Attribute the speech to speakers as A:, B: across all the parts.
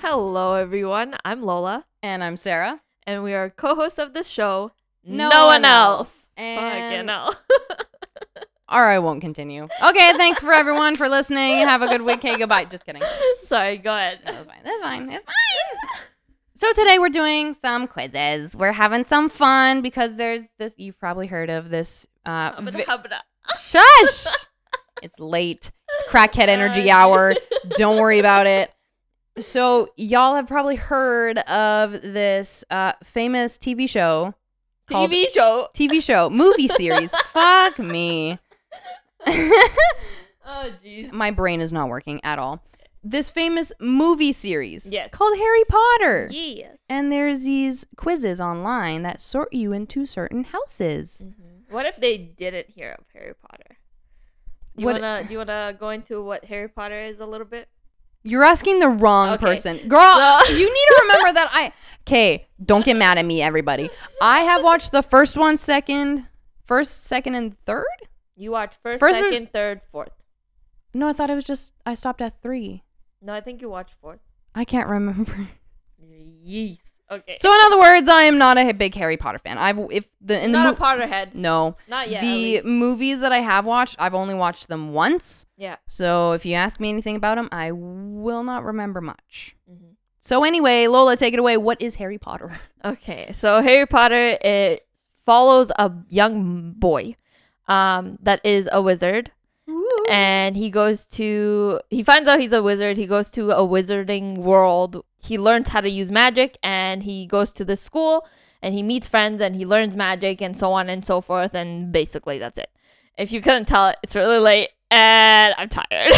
A: Hello, everyone. I'm Lola,
B: And I'm Sarah.
A: and we are co hosts of this show,
B: No One Else.
A: Fucking
B: And-
A: hell.
B: Or I won't continue. Okay, thanks for everyone for listening. Have a good week. Okay, goodbye. Just kidding.
A: Sorry, go ahead.
B: That was fine. That's fine. It's fine. So today we're doing some quizzes. We're having some fun because there's this. You've probably heard of this. Uh,
A: Habada,
B: vi-
A: habada.
B: shush! it's late. It's crackhead energy hour. Don't worry about it. So y'all have probably heard of this uh, famous TV show, called-
A: TV show.
B: TV show, movie series. Fuck me.
A: Oh, jeez.
B: my brain is not working at all. This famous movie series
A: Yes.
B: called Harry Potter.
A: Yes.
B: And there's these quizzes online that sort you into certain houses.
A: What if they didn't hear of Harry Potter? Do you
B: What-
A: wanna do you wanna go into what Harry Potter is a little bit?
B: You're asking the wrong
A: Okay.
B: person. Girl,
A: So-
B: you need to remember that I Okay, don't get mad at me everybody. I have watched the first one, second, first, second and third?
A: You watch first,
B: First there's-
A: second, third, fourth.
B: No, I thought it was just I stopped at 3.
A: No, I think you watch fourth.
B: I can't remember.
A: Yes. Okay.
B: So in other words, I am not a big Harry Potter fan. I've if the in the
A: not a
B: mo- Mm.
A: Potterhead.
B: No.
A: Not yet. at
B: the
A: least.
B: movies that I have watched, I've only watched them once.
A: yeah.
B: So if you ask me anything about them, I will not remember much.
A: Mhm.
B: So anyway, Lola, take it away. What is Harry Potter?
A: Okay, so Harry Potter it follows a young boy, um, that is a wizard, and he goes to he finds out he's a wizard. He goes to a wizarding world. He learns how to use magic, and he goes to this school, and he meets friends, and he learns magic, and so on and so forth. And basically, that's it. If you couldn't tell, it's really late, and I'm tired.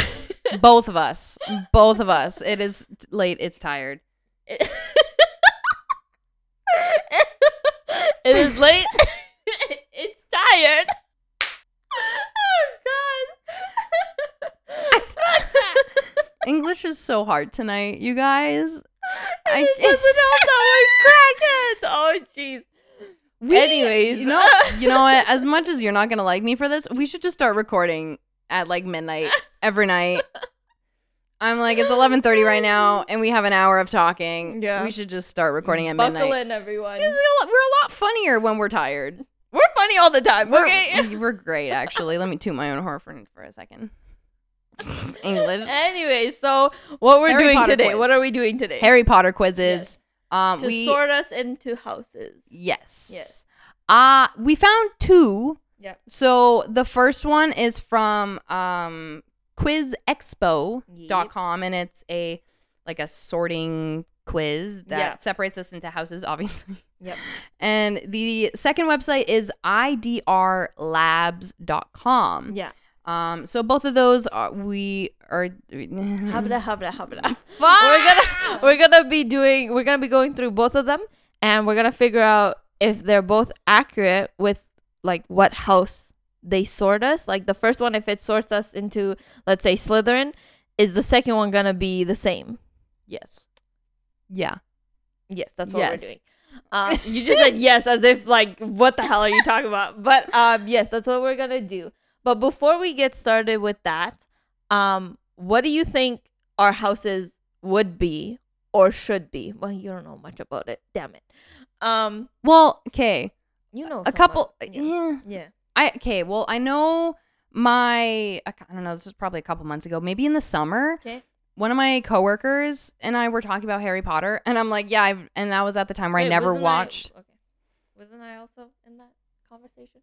B: Both of us. Both of us. It is t- late. It's tired.
A: it It is late. it's tired. Oh God!
B: English is so hard tonight, you guys. I
A: This doesn't help that we're crackheads. Oh jeez.
B: We-
A: Anyways.
B: you know, you know what? As much as you're not gonna like me for this, we should just start recording at like midnight every night. I'm like it's 11:30 right now, and we have an hour of talking.
A: Yeah.
B: we should just start recording at
A: Buckle
B: midnight.
A: in, everyone.
B: This is a lot- we're a lot funnier when we're tired.
A: We're funny all the time.
B: We're,
A: okay.
B: we- we're great, actually. Let me toot my own horn for, for a second. English.
A: Anyway, so what we're
B: Harry
A: doing
B: Potter
A: today?
B: quiz.
A: What are we doing today?
B: Harry Potter quizzes.
A: Yes.
B: Um,
A: to
B: we
A: sort us into houses.
B: yes
A: Yes.
B: Uh we found two
A: Yep.
B: So the first one is from um, quizexpo.com and it's a like a sorting quiz that
A: Yeah.
B: separates us into houses obviously.
A: Yep.
B: And the second website is idrlabs.com.
A: Yeah.
B: Um so both of those are we are
A: Habla, habla, habla. We're gonna we're gonna be doing we're gonna be going through both of them and we're gonna figure out if they're both accurate with like what house they sort us. Like the first one if it sorts us into let's say Slytherin, is the second one gonna be the same?
B: Yes. Yeah.
A: Yes, that's what
B: Yes.
A: we're doing. Um, you just said yes as if like what the hell are you talking about? But um, yes, that's what we're gonna do. But before we get started with that, um, what do you think our houses would be or should be? Well, you don't know much about it. Damn it. Um,
B: Well, okay.
A: you know
B: A
A: somewhat.
B: couple
A: Yeah.
B: yeah.
A: Yeah.
B: I okay. Well, I know my I ca- I don't know. This was probably a couple months ago, maybe in the summer.
A: Okay.
B: One of my coworkers and I were talking about Harry Potter, and I'm like, yeah, I've, and that was at the time where I
A: Wait,
B: never
A: wasn't
B: watched.
A: okay. Wasn't I also in that conversation?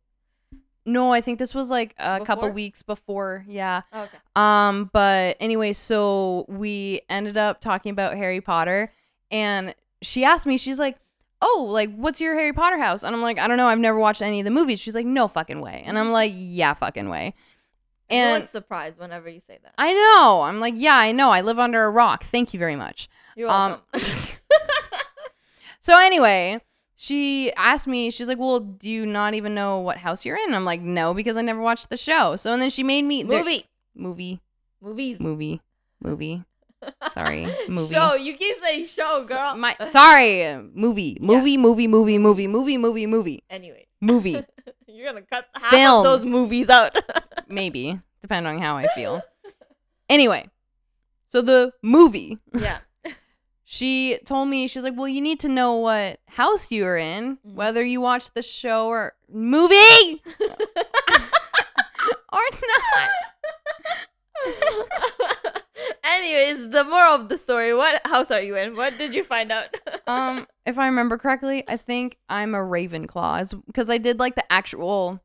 B: no, I think this was like a couple
A: Before?
B: weeks before. Yeah.
A: Oh, okay.
B: Um. But anyway, so we ended up talking about Harry Potter, and she asked me, she's like. Oh, like what's your Harry Potter house? And I'm like, I don't know. I've never watched any of the movies. She's like, no fucking way. And
A: Mm-hmm.
B: I'm like, yeah, fucking way.
A: And
B: And
A: surprised whenever you say that.
B: I know. I'm like, yeah, I know. I live under
A: um
B: a rock. Thank you very much.
A: You're
B: Um,
A: welcome.
B: So anyway, she asked me, she's like, Well, do you not even know what house you're in? I'm like, No, because I never watched the show. So, and then she made me there-
A: Movie.
B: movie,
A: Movies.
B: movie, movie. Sorry, movie.
A: Show. You keep saying show,
B: So-
A: girl.
B: my, sorry, movie, movie, movie, movie, movie, movie, movie, movie,
A: anyway,
B: movie.
A: you're gonna cut half of
B: Film.
A: those movies out.
B: Maybe, depending on how I feel. Anyway, so the movie.
A: yeah.
B: she told me she's like well you need to know what house you're in
A: Mhm.
B: whether you watch the show or movie or not
A: Anyways, the moral of the story: What house are you in? What did you find out?
B: um if i remember correctly i think i'm a ravenclaw because i did like the actual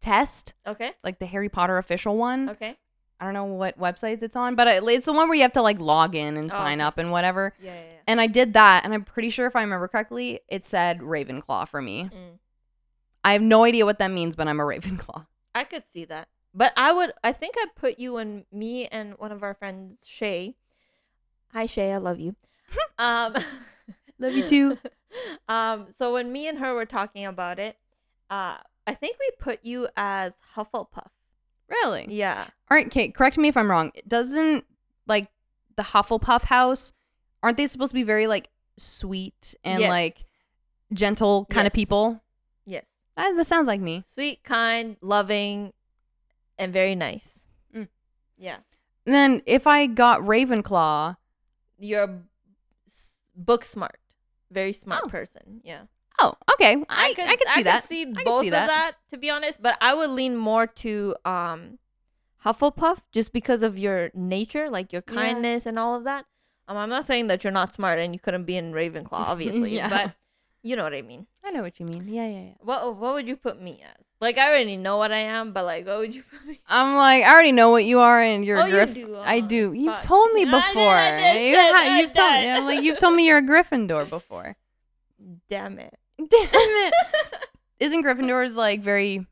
B: test
A: okay.
B: like the harry potter official one
A: Okay.
B: i don't know what websites it's on but it- it's the one where you have to like log in and
A: Oh,
B: sign
A: okay.
B: up and whatever
A: Yeah. Yeah.
B: and i did that and i'm pretty sure if i remember correctly it said ravenclaw for me
A: yeah. Mm.
B: i have no idea what that means but i'm a ravenclaw
A: I could see that, but I would. I think I put you and me and one of our friends, Shay. Hi, Shay. I love you. um.
B: love you too
A: um. So when me and her were talking about it, uh, I think we put you as Hufflepuff.
B: really
A: Yeah.
B: All right, Kate, correct me if I'm wrong. Doesn't like the Hufflepuff house, aren't they supposed to be very like sweet and
A: Yes.
B: like gentle kind of
A: Yes.
B: people?
A: Yes.
B: That, that sounds like me.
A: Sweet, kind, loving, and very nice.
B: Mm.
A: Yeah.
B: And then if I got Ravenclaw,
A: You're b- s- book smart, very smart
B: Oh.
A: person. Yeah.
B: oh, okay. I, I, could, see that.
A: see
B: could
A: both
B: see
A: of
B: that.
A: that. to be honest, but I would lean more to um Hufflepuff just because of your nature, like your
B: Yeah.
A: kindness and all of that. Um, I'm not saying that you're not smart and you couldn't be in Ravenclaw, obviously,
B: Yeah.
A: but you know what I mean.
B: I know what you mean. Yeah, yeah, yeah.
A: What what would you put me as? Like I already know what I am, but like what would you put me?
B: I'm like, I already know what you are, and you're
A: Oh,
B: a
A: you
B: Gryffindor.
A: do,
B: I
A: huh?
B: do. You've
A: Fuck.
B: told me
A: I did,
B: before.
A: I did,
B: You
A: shit, I
B: have told me.
A: did.
B: I'm like, you've told me you're a Gryffindor before.
A: Damn it.
B: Damn it! Isn't Gryffindors like very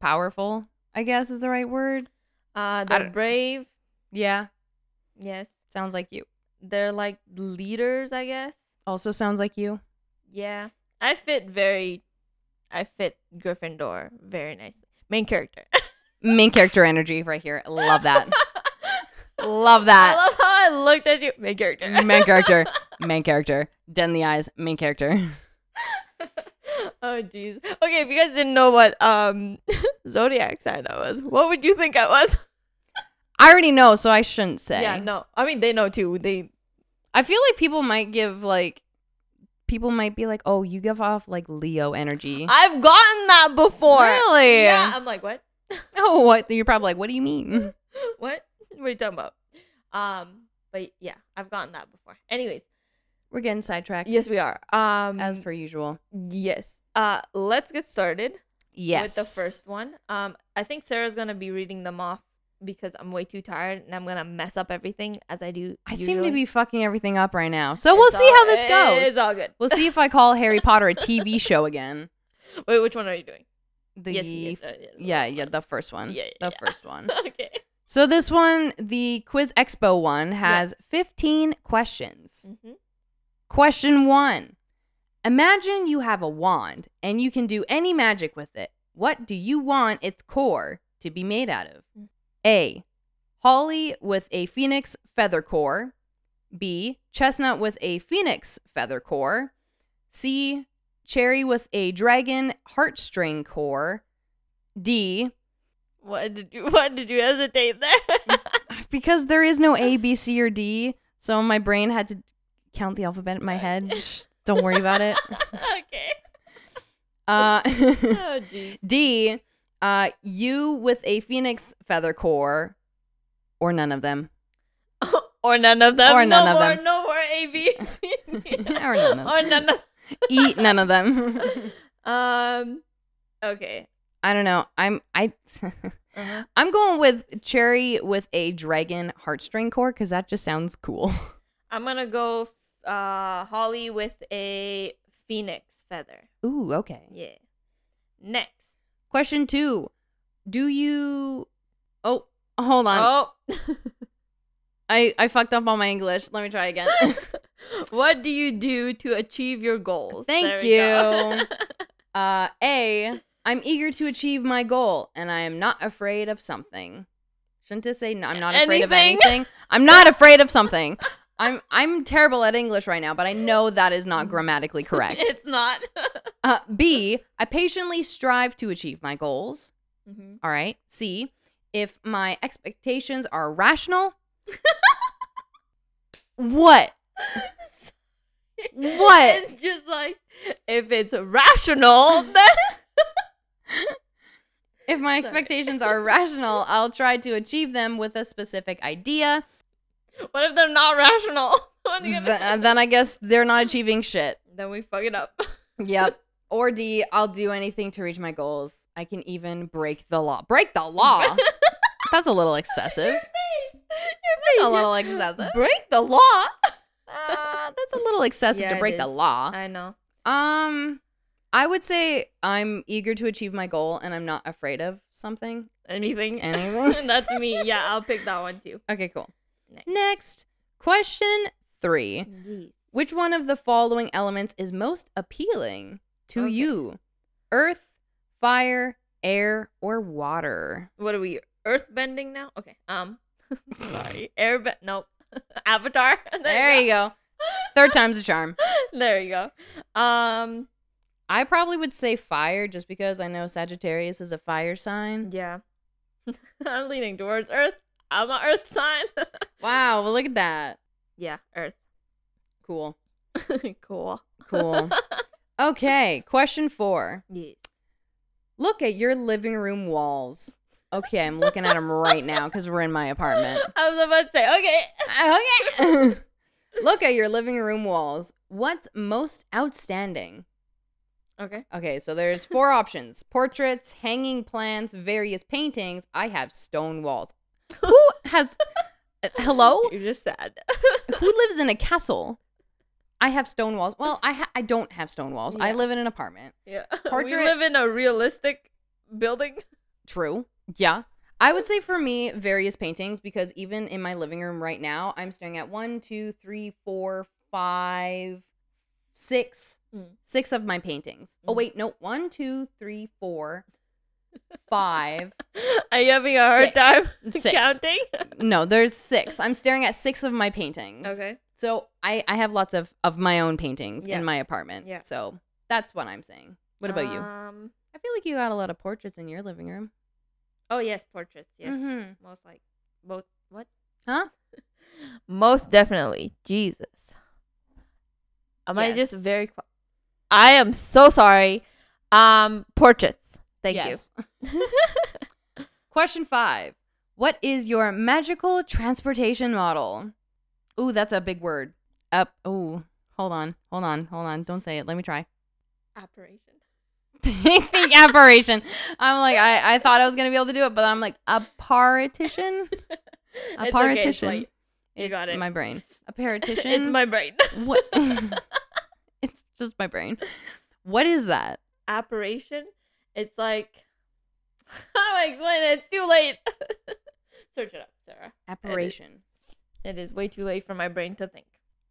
B: powerful? I guess is the right word.
A: Uh,
B: I
A: they're
B: don't-
A: brave.
B: Yeah,
A: Yes,
B: sounds like you.
A: they're like leaders, I guess.
B: Also sounds like you.
A: Yeah, I fit very, I fit Gryffindor very nicely. Main character.
B: Main character energy right here. Love that. Love that.
A: I love how I looked at you. Main character.
B: main character. Main character. Dead in the eyes. Main character.
A: oh jeez. Okay, if you guys didn't know what um zodiac sign I was, what would you think I was?
B: I already know, so I shouldn't say.
A: Yeah, no. I mean, they know too. They
B: I feel like people might give like people might be like, oh, you give off like Leo energy.
A: I've gotten that before.
B: really?
A: Yeah. I'm like, what?
B: Oh, what? You're probably like, what do you mean?
A: What? What are you talking about? Um, but yeah, I've gotten that before. Anyways,
B: We're getting sidetracked.
A: yes, we are. Um,
B: As per usual.
A: yes. Uh, let's get started
B: Yes.
A: with the first one. Um, I think Sarah's gonna be reading them off because I'm way too tired and I'm gonna mess up everything as I do.
B: I seem to
A: usually.
B: be fucking everything up right now. So
A: It's
B: we'll see
A: all-
B: how this goes.
A: It's all good.
B: We'll see if I call Harry Potter a TV show again.
A: Wait, which one are you doing?
B: The
A: Yes, yes,
B: f-
A: uh, yeah, the
B: yeah,
A: one.
B: yeah, the first one.
A: Yeah, yeah,
B: the
A: yeah.
B: first one.
A: okay.
B: So this one, the Quiz Expo one has 15 questions.
A: Mhm.
B: Question 1. Imagine you have a wand and you can do any magic with it. What do you want its core to be made out of?
A: Mm.
B: A. Holly with a phoenix feather core. B. Chestnut with a phoenix feather core. C. Cherry with a dragon heartstring core. D.
A: What did you? What did you hesitate there?
B: because there is no A, B, C, or D, so my brain had to count the alphabet in my head. Shh, don't worry about it.
A: okay.
B: Uh,
A: Oh jeez.
B: D, uh, you with a phoenix feather core, or none of them.
A: or none of them.
B: Or none
A: no
B: of
A: more,
B: them.
A: No more A, B, C, D.
B: Or none of
A: Or none of
B: E, none of them.
A: Um. Okay.
B: I don't know. I'm I.
A: Uh-huh.
B: I'm going with cherry with a dragon heartstring core because that just sounds cool.
A: I'm gonna go uh Holly with a phoenix feather.
B: Ooh, okay.
A: Yeah. Next.
B: Question two: Do you? Oh, hold on.
A: oh.
B: I I fucked up on my English. Let me try again.
A: What do you do to achieve your goals?
B: Thank
A: There we go.
B: you. Uh, A, I'm eager to achieve my goal and I am not afraid of something. Shouldn't it say no, I'm not afraid of
A: Anything?
B: anything? I'm not afraid of something. I'm I'm terrible at English right now, but I know that is not grammatically correct.
A: it's not.
B: Uh, B, I patiently strive to achieve my goals.
A: Mhm.
B: All right. C, if my expectations are rational. what? What?
A: It's just like if it's rational, then
B: If my
A: Sorry.
B: expectations are rational, I'll try to achieve them with a specific idea.
A: what if they're not rational? What are you
B: Th-
A: gonna
B: uh, then I guess they're not achieving shit.
A: Then we fuck it up.
B: Yep. Or D, I'll do anything to reach my goals. I can even break the law. Break the law. That's a little excessive.
A: face.
B: That's
A: Your
B: a little excessive.
A: Break the law.
B: Uh, that's a little excessive
A: Yeah,
B: to
A: it
B: break the
A: is.
B: law.
A: Ah, I know.
B: Um, I would say I'm eager to achieve my goal and I'm not afraid of something.
A: Anything.
B: Anything.
A: That's me. Yeah, I'll pick that one too.
B: Okay, cool.
A: Next.
B: Next, question three. Which one of the following elements is most appealing to
A: Okay.
B: you? Earth, fire, air, or water?
A: What are we? Earth bending now? Okay. Um. sorry. Air bend. Nope. Avatar.
B: There you go. Third time's a charm.
A: go. There you go. Um.
B: I probably would say fire just because I know Sagittarius is a fire sign.
A: Yeah. I'm leaning towards Earth. I'm an Earth sign.
B: Wow, well, look at that.
A: yeah. Earth.
B: Cool.
A: cool.
B: Cool. Okay, question four.
A: Yes.
B: Look at your living room walls. Okay, I'm looking at them right now because we're in my apartment.
A: I was about to say. Okay.
B: okay. Oh, Look at your living room walls. What's most outstanding?
A: Okay.
B: Okay, so there's four options: portraits, hanging plants, various paintings. I have stone walls. Who has? uh, hello?
A: You're just sad.
B: Who lives in a castle? I have stone walls. Well, I ha- I don't have stone walls. I
A: Yeah.
B: live in an apartment.
A: Yeah.
B: Portrait-
A: We live in a realistic building.
B: True. Yeah. I would say for me, various paintings, because even in my living room right now, I'm staring at one, two, three, four, five, six,
A: Mm.
B: six of my paintings. Oh,
A: Mm.
B: wait, no, one, two, three, four, five,
A: Are you having a hard
B: Six.
A: time
B: six.
A: counting?
B: No, there's six. I'm staring at six of my paintings. So I, I have lots of, of my own paintings
A: Yeah.
B: in my apartment.
A: Yeah.
B: So that's what I'm saying. What about you?
A: Um.
B: I feel like you got a lot of portraits in your living room.
A: Oh yes, portraits. Yes.
B: Mhm.
A: Most like both. What?
B: Huh?
A: Most definitely. Jesus. Am I
B: Yes.
A: just very? qu- I am so sorry. Um, portraits. Thank you.
B: Question five. What is your magical transportation model? Ooh, that's a big word. Up. ooh, hold on, hold on, hold on. Don't say it. Let me try.
A: Apparition.
B: the apparition. I'm like, I, I thought I was gonna be able to do it, but I'm like, a paratician. A paratician.
A: You got it.
B: My brain. A paratician.
A: It's my brain.
B: What? it's just my brain. What is that?
A: Apparition. It's like. How do I explain it? It's too late. Search it up, Sarah.
B: Apparition.
A: It is way too late for my brain to think.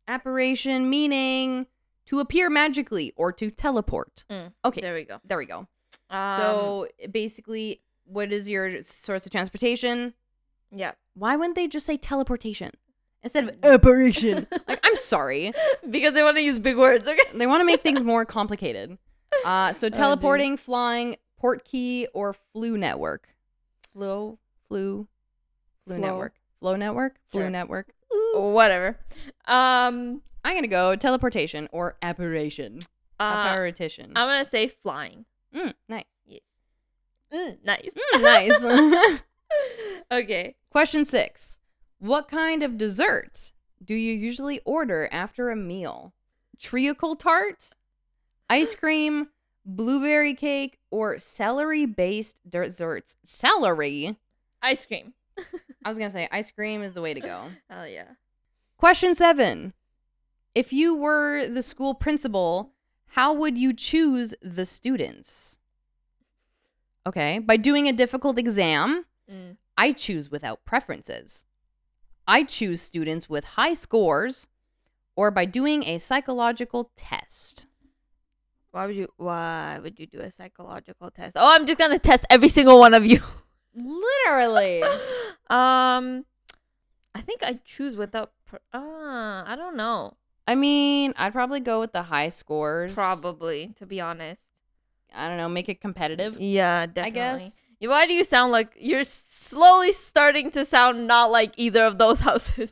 B: Apparition meaning to appear magically or to teleport.
A: Mm.
B: Okay,
A: There we go.
B: there we go.
A: Um,
B: so eh, basically, what is your source of transportation?
A: yeah,
B: Why wouldn't they just say teleportation instead of apparition? like, I'm sorry.
A: because they want to use big words. Okay.
B: They want to make things more complicated. Uh, so
A: geez.
B: teleporting, flying, port key, or flu network. Flow, flu, flu
A: Flow.
B: network. Flow network? Flu
A: Sure.
B: network.
A: Whatever. Um,
B: I'm going to go teleportation or apparition.
A: uh,
B: Apparition.
A: I'm gonna say flying.
B: Mm, nice.
A: Yes. Mm, nice.
B: nice.
A: okay.
B: Question six What kind of dessert do you usually order after a meal? Treacle tart, ice cream, blueberry cake, or celery based desserts? Celery?
A: Ice cream.
B: I was going to say ice cream is the way to go.
A: Oh yeah.
B: Question seven If you were the school principal, how would you choose the students? Okay, by doing a difficult exam,
A: Mm.
B: I choose without preferences. I choose students with high scores or by doing a psychological test.
A: Why would you? Why would you do a psychological test? Oh, I'm just gonna test every single one of you.
B: Literally.
A: um, I think I choose without. Per- uh, I don't know.
B: I mean, I'd probably go with the high scores.
A: Probably, to be honest.
B: I don't know, make it competitive,
A: Yeah, definitely.
B: I guess.
A: Y- Why do you sound like you're slowly starting to sound not like either of those houses?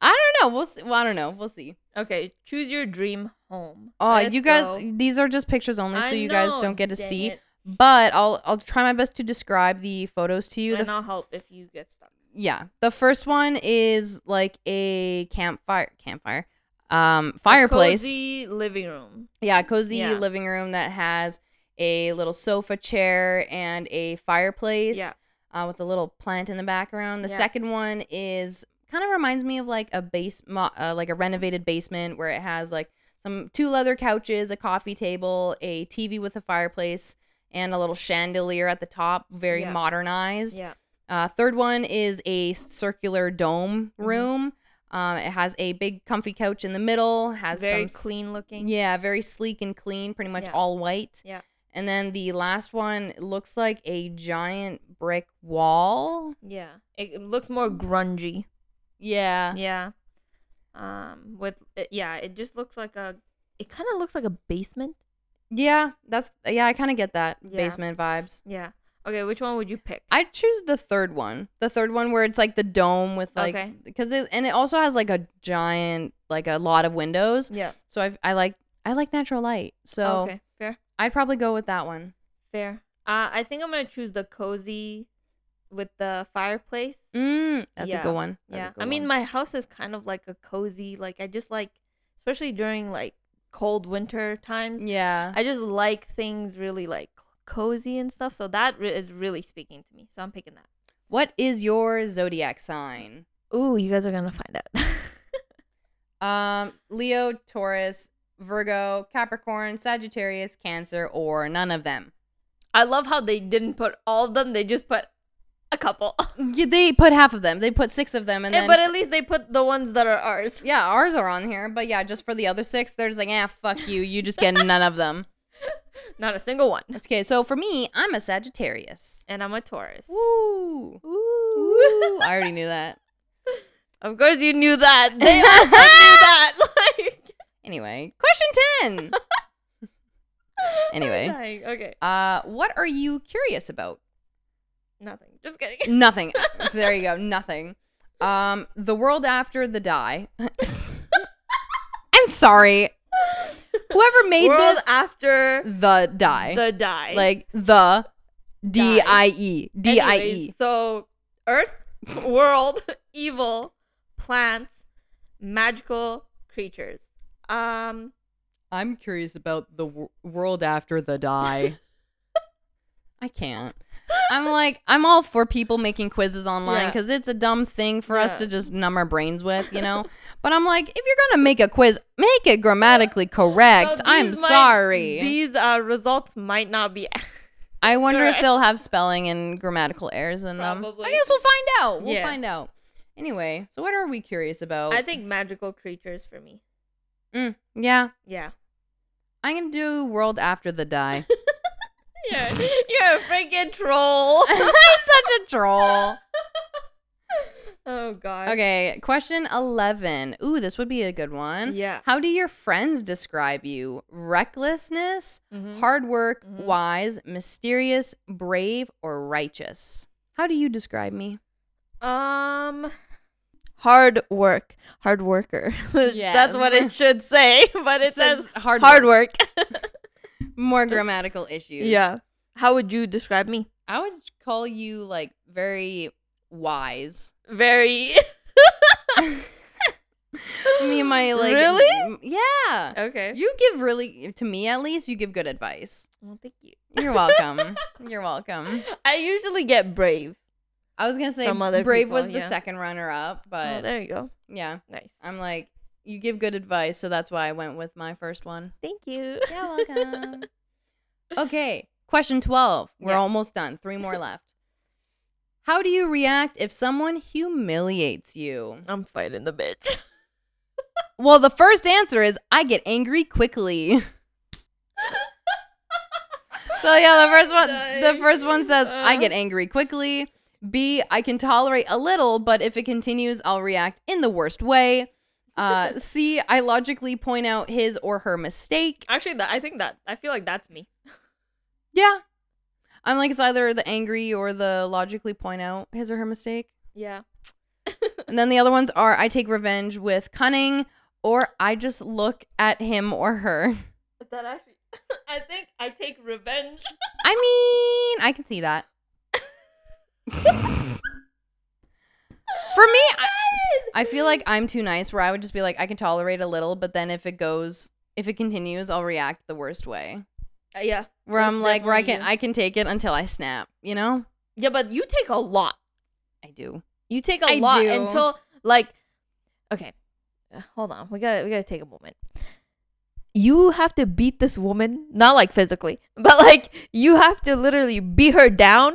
B: I don't know. We'll see. Well, I don't know. We'll see.
A: Okay, choose your dream home.
B: Oh,
A: Let's
B: you guys,
A: go.
B: these are just pictures only,
A: I
B: so you guys
A: know,
B: don't get to
A: dang
B: see.
A: it.
B: But I'll I'll try my best to describe the photos to you. The
A: and
B: f-
A: I'll help if you get stuck.
B: yeah, the first one is like a campfire, campfire, um, fireplace.
A: Cozy living room.
B: Yeah, cozy
A: Yeah.
B: living room that has a little sofa chair and a fireplace
A: Yeah.
B: uh, with a little plant in the background. The
A: Yeah.
B: second one is kind of reminds me of like a base, mo- uh, like a renovated basement where it has like some two leather couches, a coffee table, a TV with a fireplace, and a little chandelier at the top. Very
A: Yeah.
B: modernized.
A: Yeah.
B: Uh, third one is a circular dome
A: Mhm.
B: room. Um, it has a big comfy couch in the middle. Has
A: Very
B: some s-
A: clean looking.
B: yeah, very sleek and clean, pretty much
A: Yeah.
B: all white.
A: Yeah.
B: And then the last one looks like a giant brick wall.
A: Yeah. It, it looks more grungy.
B: Yeah.
A: Yeah. Um with it, yeah, it just looks like a it kind of looks like a basement.
B: Yeah, that's yeah, I kind of get that
A: Yeah.
B: basement vibes.
A: Yeah. Okay, which one would you pick?
B: I choose the third one. The third one where it's like the dome with like
A: Okay.
B: cuz it and it also has like a giant like a lot of windows.
A: yeah. oh,
B: So I I like I like natural light. So
A: okay. Fair.
B: I'd probably go with that one.
A: Fair. Uh, I think I'm gonna choose the cozy with the fireplace.
B: Mm, that's
A: Yeah.
B: a good one. That's a
A: yeah.
B: good
A: I mean,
B: one.
A: my house is kind of like a cozy. Like I just like, especially during like cold winter times.
B: yeah.
A: I just like things really like cozy and stuff. So that re- is really speaking to me. So I'm picking that.
B: What is your zodiac sign?
A: Ooh, you guys are gonna find out.
B: Um, Leo, Taurus, Virgo, Capricorn, Sagittarius, Cancer, or none of them.
A: I love how they didn't put all of them. They just put a couple.
B: they put half of them. They put six of them, and then
A: but at least they put the ones that are ours.
B: uh, yeah, ours are on here. But yeah, just for the other six, they're just like, ah, fuck you. You just get none of them.
A: Not a single one.
B: Okay, so for me, I'm a Sagittarius.
A: And I'm a Taurus. Ooh.
B: Woo, woo! I already knew that.
A: Of course you knew that. They also knew that. Like
B: Anyway, question ten. Anyway.
A: I'm dying. Okay.
B: Uh, what are you curious about?
A: Nothing. Just kidding.
B: Nothing. there you go. Nothing. Um, the world after the die. I'm sorry. Whoever made
A: World
B: this,
A: after
B: the die,
A: the die.
B: like the D I E D I E.
A: Anyways, So Earth, world, evil, plants, magical creatures. Um
B: I'm curious about the w- world after the die. I can't. I'm like I'm all for people making quizzes online
A: Yeah.
B: because it's a dumb thing for us
A: Yeah.
B: to just numb our brains with, you know. but I'm like, if you're gonna make a quiz, make it grammatically correct.
A: so
B: I'm
A: these might-
B: sorry.
A: These uh, results might not be
B: I wonder if
A: Correct.
B: they'll have spelling and grammatical errors in them. I
A: Probably.
B: guess we'll find out. We'll
A: Yeah.
B: find out. Anyway, so what are we curious about?
A: I think magical creatures for me.
B: Mm, yeah,
A: Yeah.
B: I'm gonna do world after the die.
A: Yeah. You're a freaking troll.
B: I'm such a troll.
A: oh god.
B: Okay, question 11. Ooh, this would be a good one.
A: Yeah.
B: How do your friends describe you? Recklessness,
A: Mhm.
B: hard work,
A: Mhm.
B: wise, mysterious, brave, or righteous? How do you describe me?
A: Um hard work. Hard worker. That's what
B: Yes.
A: it should say, but it says
B: hard,
A: hard work.
B: More grammatical issues.
A: yeah. How would you describe me?
B: I would call you like very wise.
A: Very
B: Me and my like
A: Really?
B: Yeah.
A: Okay.
B: You give really to me at least you give good advice.
A: well, thank you.
B: You're welcome. You're welcome.
A: I usually get brave.
B: I was gonna say
A: From other
B: Brave
A: people,
B: was the
A: yeah.
B: second runner up,
A: Oh,
B: but
A: there you go.
B: yeah,
A: Nice.
B: I'm like you give good advice, so that's why I went with my first one.
A: Thank you.
B: Yeah, welcome. okay, question twelve. We're
A: Yeah.
B: almost done. Three more left. How do you react if someone humiliates you?
A: I'm fighting the bitch.
B: Well, the first answer is I get angry quickly. so yeah, the first one the first one says I get angry quickly. B, I can tolerate a little, but if it continues, I'll react in the worst way. Uh, C, I logically point out his or her mistake.
A: Actually, that, I think that I feel like that's me.
B: Yeah. I'm like, it's either the angry or the logically point out his or her mistake.
A: Yeah.
B: And then the other ones are I take revenge with cunning or I just look at him or her.
A: That actually, I think I take revenge.
B: I mean, I can see that. For me, I, I feel like I'm too nice where I would just be like, I can tolerate a little, but then if it goes, if it continues, I'll react the worst way.
A: Uh, yeah,
B: Where I'm
A: That's
B: like, where I can,
A: definitely you.
B: I can take it until I snap, you know?
A: yeah, but you take a lot.
B: I do.
A: You take a
B: I
A: lot
B: do.
A: until like, okay, Uh, hold on. We gotta we gotta take a moment. You have to beat this woman, not like physically, but like you have to literally beat her down,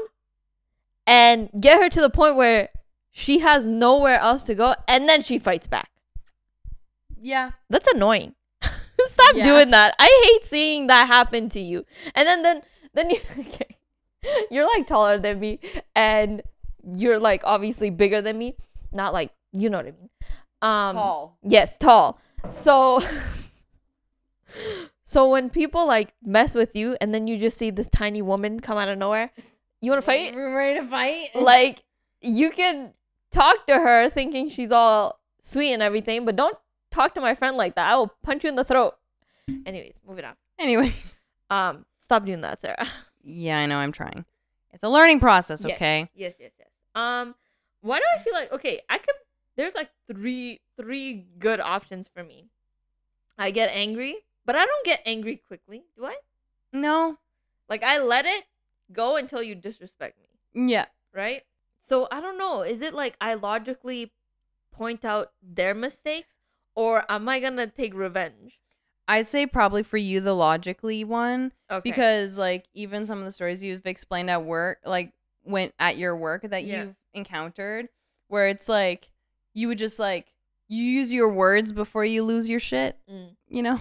A: and get her to the point where she has nowhere else to go, and then she fights back.
B: Yeah.
A: That's annoying. Stop
B: Yeah.
A: doing that. I hate seeing that happen to you. And then then then you okay. You're like taller than me and you're like obviously bigger than me. Not like, you know what I mean. Um Yes, tall. So So when people like mess with you and then you just see this tiny woman come out of nowhere, you want to fight?
B: Ready to fight?
A: like you can talk to her thinking she's all sweet and everything, but don't talk to my friend like that. I will punch you in the throat. Anyways, moving on.
B: anyway.
A: Um, stop doing that, Sarah.
B: Yeah, I know. I'm trying. It's a learning process,
A: Yes.
B: okay?
A: Yes, yes, yes. Um, why do I feel like okay? I could. There's like three three good options for me. I get angry, but I don't get angry quickly, do I?
B: No.
A: Like I let it go until you disrespect me.
B: Yeah.
A: right? So I don't know. Is it like I logically point out their mistakes, or am I gonna take revenge?
B: I'd say probably for you the logically one
A: Okay.
B: because like even some of the stories you've explained at work, like went at your work that
A: Yeah.
B: you've encountered, where it's like you would just like you use your words before you lose your shit,
A: Mm.
B: you know?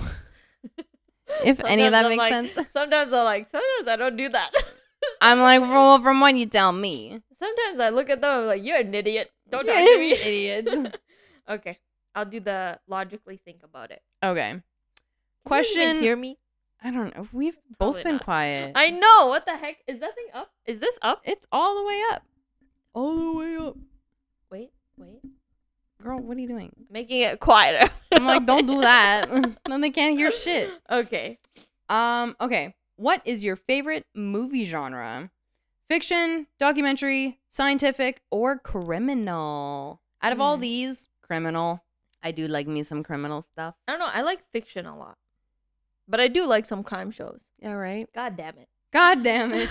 B: if any of that
A: Sometimes
B: makes
A: I'm
B: sense.
A: like- Sometimes I like. Sometimes I don't do that.
B: I'm like, well, from what you tell me,
A: sometimes I look at them. I'm like, you're an idiot. Don't
B: You're
A: talk to
B: an
A: me,
B: idiot.
A: okay, I'll do the logically think about it.
B: okay.
A: Can you even
B: Question-
A: hear me?
B: I don't know. We've
A: Probably
B: both been
A: not.
B: quiet.
A: I know. What the heck is that thing up? Is this up?
B: It's all the way up. All the way up.
A: Wait, wait.
B: Girl, what are you doing?
A: Making it quieter.
B: I'm like, don't do that. then they can't hear shit.
A: Okay.
B: Um, okay. What is your favorite movie genre? Fiction, documentary, scientific, or criminal? Out of all
A: Hmm.
B: these, criminal. I do like me some criminal stuff.
A: I don't know. I like fiction a lot, but I do like some crime shows.
B: All right.
A: God damn it.
B: God damn it.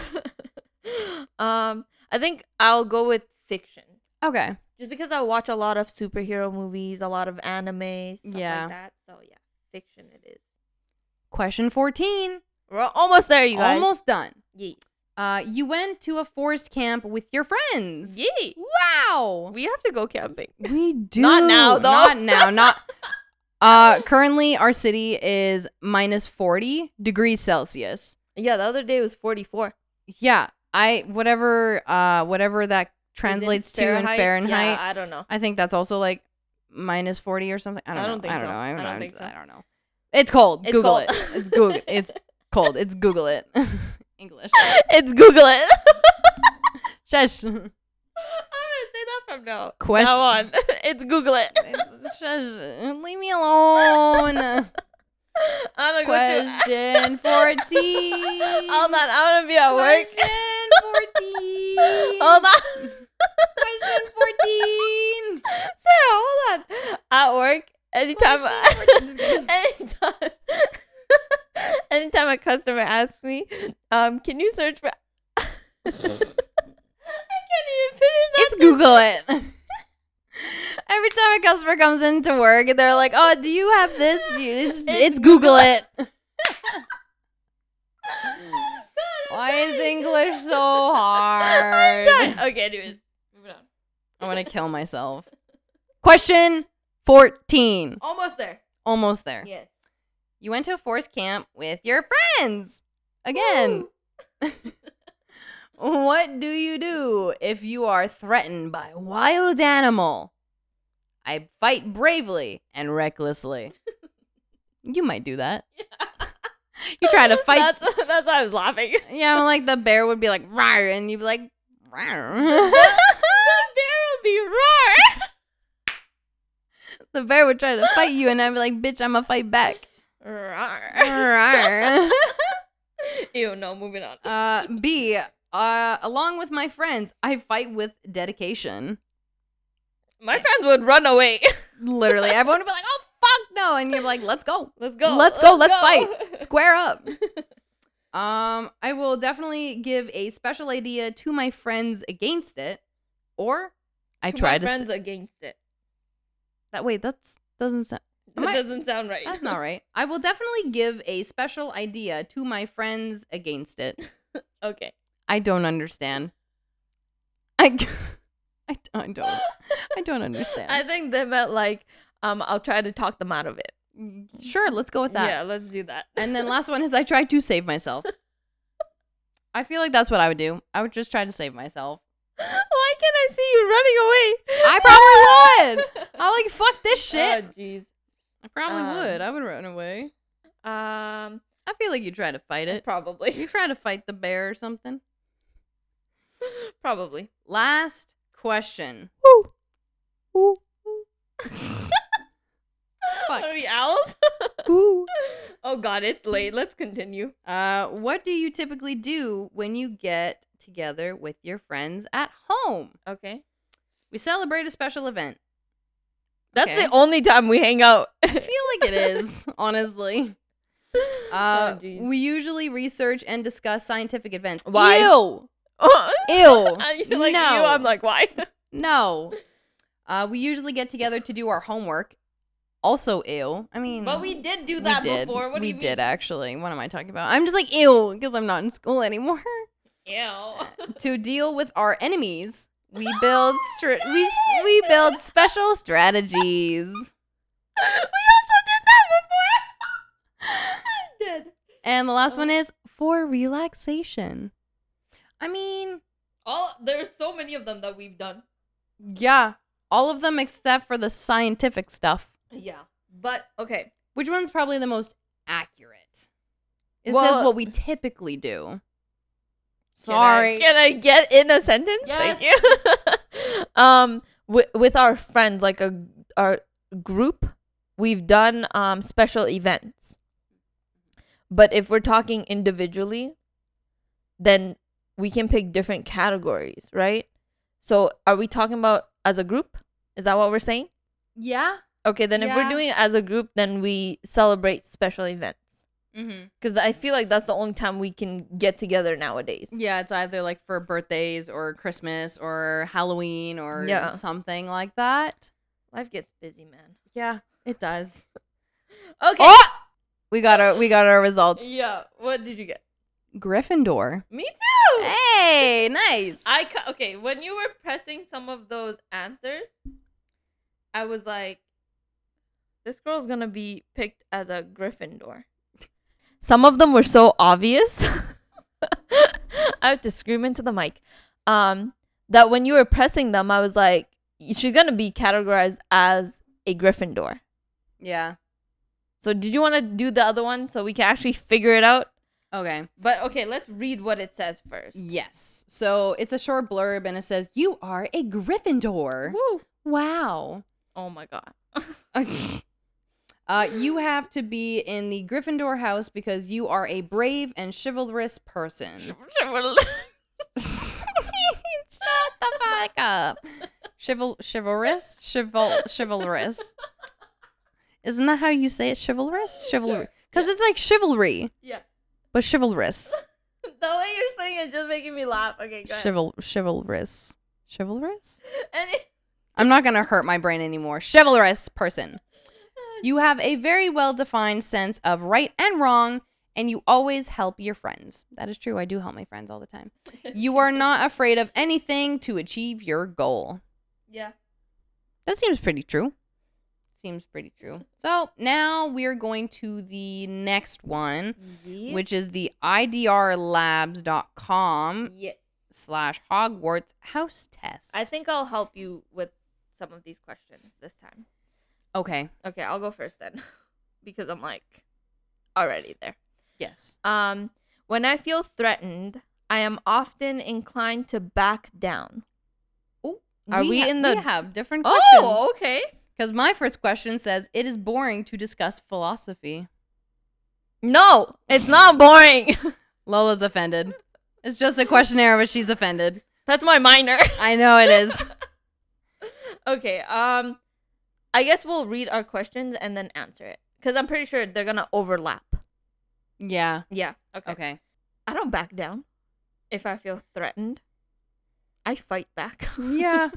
A: um, I think I'll go with fiction.
B: okay.
A: Just because I watch a lot of superhero movies, a lot of anime, stuff
B: Yeah.
A: like that. So yeah, fiction it is.
B: Question 14.
A: We're almost there, you guys.
B: Almost done.
A: Yes.
B: Uh, you went to a forest camp with your friends.
A: Yay.
B: Wow.
A: We have to go camping.
B: We do
A: Not now, though.
B: Not now. Not. Uh, currently, our city is minus forty degrees Celsius.
A: Yeah, the other day was 44.
B: Yeah, I whatever uh whatever that translates
A: Is it
B: to in Fahrenheit.
A: Yeah, I don't know.
B: I think that's also like minus forty or something. I don't,
A: I don't
B: know.
A: think
B: I don't
A: so.
B: know. I don't,
A: I don't
B: know.
A: think so.
B: I don't know. It's cold.
A: It's
B: Google
A: cold.
B: it. It's Google. It's cold. It's Google it. English.
A: it's Google it.
B: Shush.
A: I'm gonna say that from now.
B: Question-
A: Now on. it's Google it.
B: It's- Shush. Leave me alone.
A: I don't go to.
B: Question fourteen.
A: Hold on, I'm gonna be at work.
B: Question 14.
A: Hold on.
B: Question 14.
A: Sarah, hold on. At work, anytime,
B: Question fourteen.
A: anytime, anytime a customer asks me, um, can you search for? I can't even finish that.
B: It's Google it. Every time a customer comes into work, they're like, "Oh, do you have this?" You- It's, it's, Google it. Why is English so hard?
A: okay, anyways, moving on.
B: I'm gonna kill myself. Question 14.
A: Almost there.
B: Almost there.
A: Yes.
B: You went to a forest camp with your friends. Again, what do you do if you are threatened by a wild animal? I fight bravely and recklessly. you might do that. You try to fight.
A: That's, that's why I was laughing.
B: yeah, I'm like the bear would be like, rar, and you'd be like, rar.
A: will be roar.
B: the bear would try to fight you, and I'd be like, bitch, I'm gonna fight back.
A: Roar.
B: Rar.
A: Ew, no, moving on.
B: Uh, B, uh, along with my friends, I fight with dedication.
A: My friends would run away.
B: Literally, everyone would be like, oh, fuck no. And you're like, let's go.
A: Let's go.
B: Let's go. Let's fight. Square up. um, I will definitely give a special idea to my friends against it, or I
A: To
B: try
A: my
B: to.
A: friends
B: s-
A: against it.
B: that wait, that's doesn't sound.
A: That
B: My-
A: doesn't sound right.
B: That's not right. I will definitely give a special idea to my friends against it.
A: Okay.
B: I don't understand. I, I, I don't. I don't understand.
A: I think they meant like, um, I'll try to talk them out of it.
B: sure, let's go with that.
A: Yeah, let's do that.
B: And then last one is I tried to save myself. I feel like that's what I would do. I would just try to save myself.
A: Why can't I see you running away?
B: I probably would. I'm like, fuck this shit.
A: Oh, jeez.
B: I probably
A: um,
B: would. I would run away.
A: Um,
B: I feel like you try to fight it. You
A: probably,
B: try to fight the bear or something.
A: probably.
B: Last question.
A: Woo.
B: Ooh,
A: What Are we owls?
B: ooh.
A: oh God, it's late. Let's continue.
B: Uh, what do you typically do when you get together with your friends at home?
A: Okay.
B: We celebrate a special event.
A: That's
B: Okay.
A: the only time we hang out.
B: I feel like it is, honestly. Uh,
A: Oh, jeez.
B: we usually research and discuss scientific events.
A: Why?
B: Ew. Ew.
A: And you're like
B: no.
A: you. I'm like why?
B: no. Uh, we usually get together to do our homework. Also, ew. I mean,
A: did do
B: we did. we did actually. What am I talking about? I'm just like ew because I'm not in school anymore.
A: Ew.
B: to deal with our enemies, we build str- we s- we build special strategies.
A: we also did that before. I did.
B: And the last one
A: Oh.
B: is for relaxation. I mean,
A: All there's so many of them that we've done.
B: yeah, all of them except for the scientific stuff.
A: Yeah. But okay.
B: Which one's probably the most accurate? It says
A: Well-
B: what we typically do.
A: Can I-
B: Sorry.
A: Can I, get in a sentence? Thank you. um with, with our friends like a our group, we've done um special events. But if we're talking individually, then we can pick different categories, right? So are we talking about as a group? Is that what we're saying?
B: yeah.
A: Okay, then if
B: Yeah.
A: we're doing it as a group, then we celebrate special events.
B: Mm-hmm.
A: Because I feel like that's the only time we can get together nowadays.
B: Yeah, it's either like for birthdays or Christmas or Halloween or
A: Yeah.
B: something like that.
A: Life gets busy, man.
B: Yeah, it does.
A: Okay.
B: Oh! We got our we got our results.
A: Yeah. What did you get?
B: Gryffindor.
A: Me too.
B: Hey, nice.
A: I ca- okay. When you were pressing some of those answers, I was like, "This girl's gonna be picked as a Gryffindor." Some of them were so obvious. I have to scream into the mic. Um, that when you were pressing them, I was like, "She's gonna be categorized as a Gryffindor."
B: Yeah.
A: So, did you want to do the other one so we can actually figure it out?
B: Okay.
A: But okay, let's read what it says first.
B: Yes. So it's a short blurb and it says, You are a Gryffindor.
A: Woo.
B: Wow.
A: Oh my god.
B: uh, you have to be in the Gryffindor house because you are a brave and chivalrous person. Shut the fuck up. Chival- chivalrous? Chival- chivalrous. Isn't that how you say it? Chivalrous? Chivalry. Because it's like chivalry,
A: yeah.
B: but chivalrous.
A: The way you're saying it just making me laugh. Okay, go ahead.
B: Chival- chivalrous. Chivalrous?
A: And it-
B: I'm not going to hurt my brain anymore. Chivalrous person. You have a very well defined sense of right and wrong, and you always help your friends. That is true. I do help my friends all the time. You are not afraid of anything to achieve your goal.
A: yeah.
B: That seems pretty true. Seems pretty true. So now we're going to the next one, which is the idrlabs.com
A: yes.
B: slash Hogwarts house test.
A: I think I'll help you with some of these questions this time.
B: okay.
A: Okay, I'll go first then because I'm like already there.
B: Yes.
A: Um, when I feel threatened, I am often inclined to back down. Are we in the- Oh,
B: We have different questions.
A: okay.
B: Because my first question says it is boring to discuss philosophy.
A: No, it's not boring.
B: Lola's offended. It's just a questionnaire, but she's offended.
A: That's my minor.
B: I know it is.
A: okay. Um, I guess we'll read our questions and then answer it because I'm pretty sure they're gonna overlap.
B: yeah.
A: Yeah. Okay.
B: Okay.
A: I don't back down if I feel threatened. I fight back.
B: Yeah.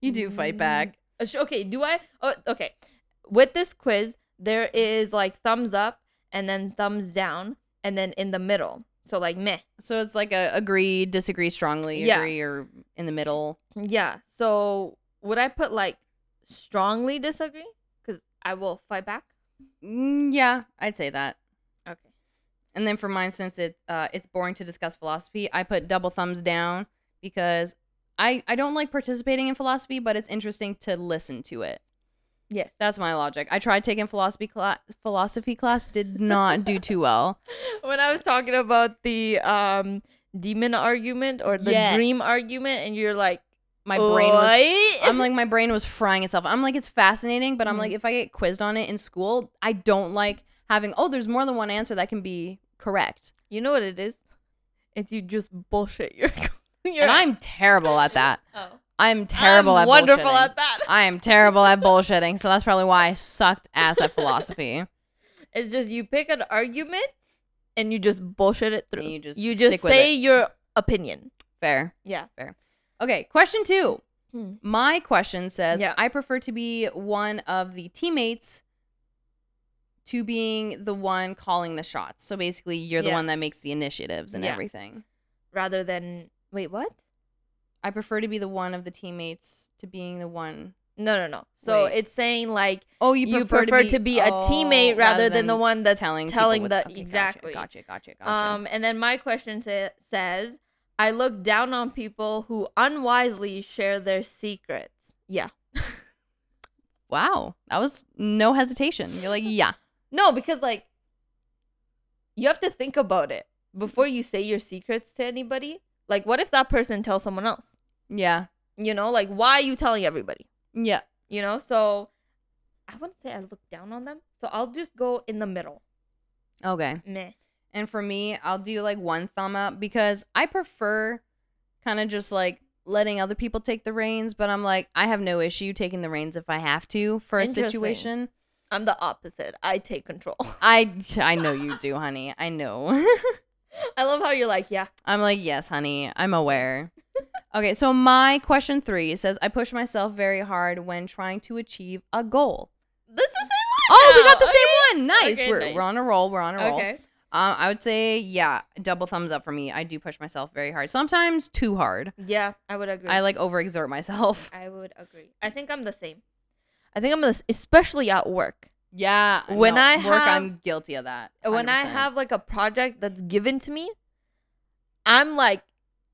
B: you do fight back.
A: Uh, sh- Okay, do I? Oh, okay. With this quiz, there is like thumbs up and then thumbs down and then in the middle. So like meh.
B: So it's like a agree, disagree strongly,
A: Yeah.
B: agree or in the middle.
A: Yeah. So would I put like strongly disagree? Because I will fight back.
B: Mm, yeah, I'd say that.
A: Okay.
B: And then for mine, since it uh, it's boring to discuss philosophy, I put double thumbs down because I I don't like participating in philosophy, but it's interesting to listen to it.
A: Yes.
B: That's my logic. I tried taking philosophy class. Philosophy class did not do too well.
A: when I was talking about the um demon argument or the dream
B: Yes.
A: argument, and you're like,
B: My brain was.
A: "Oi?"
B: I'm like my brain was frying itself. I'm like it's fascinating, but I'm like
A: Mhm.
B: if I get quizzed on it in school, I don't like having. Oh, there's more than one answer that can be correct,
A: you know what it is? It's you just bullshit your. your
B: and I'm terrible at that.
A: oh.
B: I'm terrible
A: I'm
B: at
A: wonderful
B: bullshitting.
A: at that.
B: I am terrible at bullshitting, so that's probably why I sucked ass at philosophy.
A: It's just you pick an argument and you just bullshit it through.
B: And you just stick with
A: say your opinion.
B: Fair.
A: Yeah.
B: Okay, question two.
A: Hmm.
B: My question says
A: Yeah.
B: I prefer to be one of the teammates to being the one calling the shots. So basically, you're the
A: Yeah.
B: one that makes the initiatives and
A: Yeah.
B: everything.
A: Rather than wait, what?
B: I prefer to be the one of the teammates to being the one.
A: No, no, no. So
B: Wait.
A: it's saying like
B: Oh,
A: you prefer, to, be, a teammate rather than, the one that's telling,
B: telling
A: telling
B: people
A: the
B: what- okay,
A: exactly.
B: Gotcha, gotcha, gotcha. gotcha.
A: Um, and then my question sa says, I look down on people who unwisely share their secrets. Yeah.
B: wow, that was no hesitation. You're like, yeah,
A: No, because like you have to think about it before you say your secrets to anybody. Like, what if that person tells someone else?
B: yeah,
A: You know, like why are you telling everybody?
B: yeah.
A: You know, so I wouldn't say I look down on them. So I'll just go in the middle.
B: Okay.
A: Meh.
B: And for me, I'll do like one thumb up because I prefer kind of just like letting other people take the reins, but I'm like, I have no issue taking the reins if I have to for a
A: Interesting.
B: situation.
A: I'm the opposite. I take control.
B: I I know you do, honey. I know.
A: I love how you're like, yeah.
B: I'm like, yes, honey, I'm aware. okay, so my question three says I push myself very hard when trying to achieve a goal.
A: This is it.
B: Oh, we got the
A: Wow,
B: same one. Nice.
A: Okay,
B: we're,
A: nice.
B: we're on a roll. We're on a roll.
A: Okay.
B: Um, I would say, yeah, double thumbs up for me. I do push myself very hard. Sometimes too hard.
A: Yeah, I would agree.
B: I like overexert myself.
A: I would agree. I think I'm the same. I think I'm the, s- especially at work.
B: Yeah.
A: When I
B: work,
A: have-
B: I'm guilty of that.
A: When I
B: 100%.
A: have like a project that's given to me, I'm like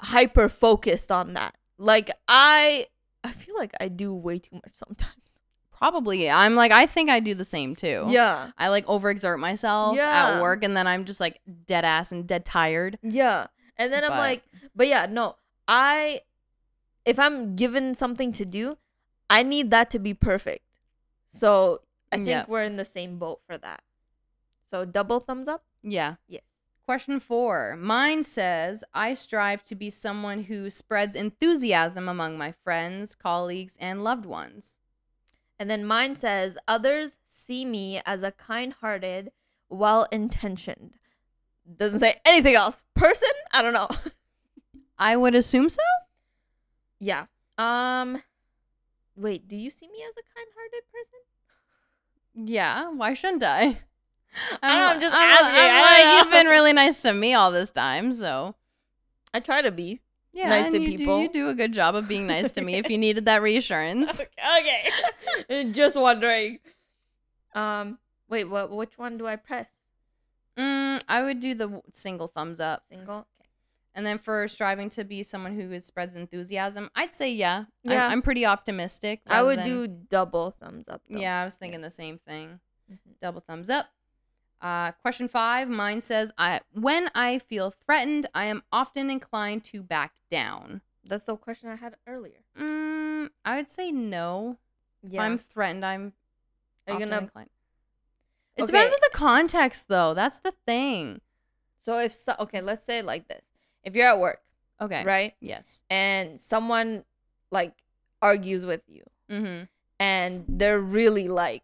A: hyper focused on that. Like I I feel like I do way too much sometimes.
B: probably, I'm like, I think I do the same too.
A: Yeah.
B: I like overexert myself
A: Yeah.
B: at work, and then I'm just like dead ass and dead tired.
A: Yeah. And then I'm
B: But-
A: like, but yeah, no. I if I'm given something to do, I need that to be perfect. So, I think
B: Yeah.
A: we're in the same boat for that. So, double thumbs up?
B: Yeah.
A: Yes.
B: Question four. Mine says, I strive to be someone who spreads enthusiasm among my friends, colleagues, and loved ones.
A: And then mine says, others see me as a kind hearted, well intentioned. Doesn't say anything else. Person? I don't know.
B: I would assume so.
A: yeah. Um wait, do you see me as a kind hearted person?
B: Yeah, why shouldn't I? I'm,
A: don't know, I'm just
B: I'm,
A: asking,
B: I'm
A: I don't
B: like, you've
A: know.
B: been really nice to me all this time, so
A: I try to be.
B: Yeah,
A: nice
B: and
A: to
B: you
A: people.
B: Do, you do a good job of being nice to me if you needed that reassurance.
A: okay. Just wondering. Um. Wait. What? Which one do I press?
B: Mm, I would do the w- single thumbs up.
A: Single.
B: And then for striving to be someone who is- spreads enthusiasm, I'd say yeah. I'm-
A: Yeah.
B: I'm, pretty optimistic.
A: I
B: rather
A: would
B: than-
A: do double thumbs up. though.
B: Oh, Yeah, Mm-hmm. I was thinking the same thing. Double thumbs up. Uh, question five. Mine says, "I when I feel threatened, I am often inclined to back down."
A: That's the question I had earlier.
B: Mm, I would say no. If I'm threatened, I'm.
A: Are you
B: often
A: gonna?
B: Inclined. It depends
A: Okay.
B: on the context, though. That's the thing.
A: So if so, okay, let's say it like this: if you're at work,
B: Okay.
A: right,
B: Yes.
A: and someone like argues with you,
B: Mm-hmm.
A: and they're really like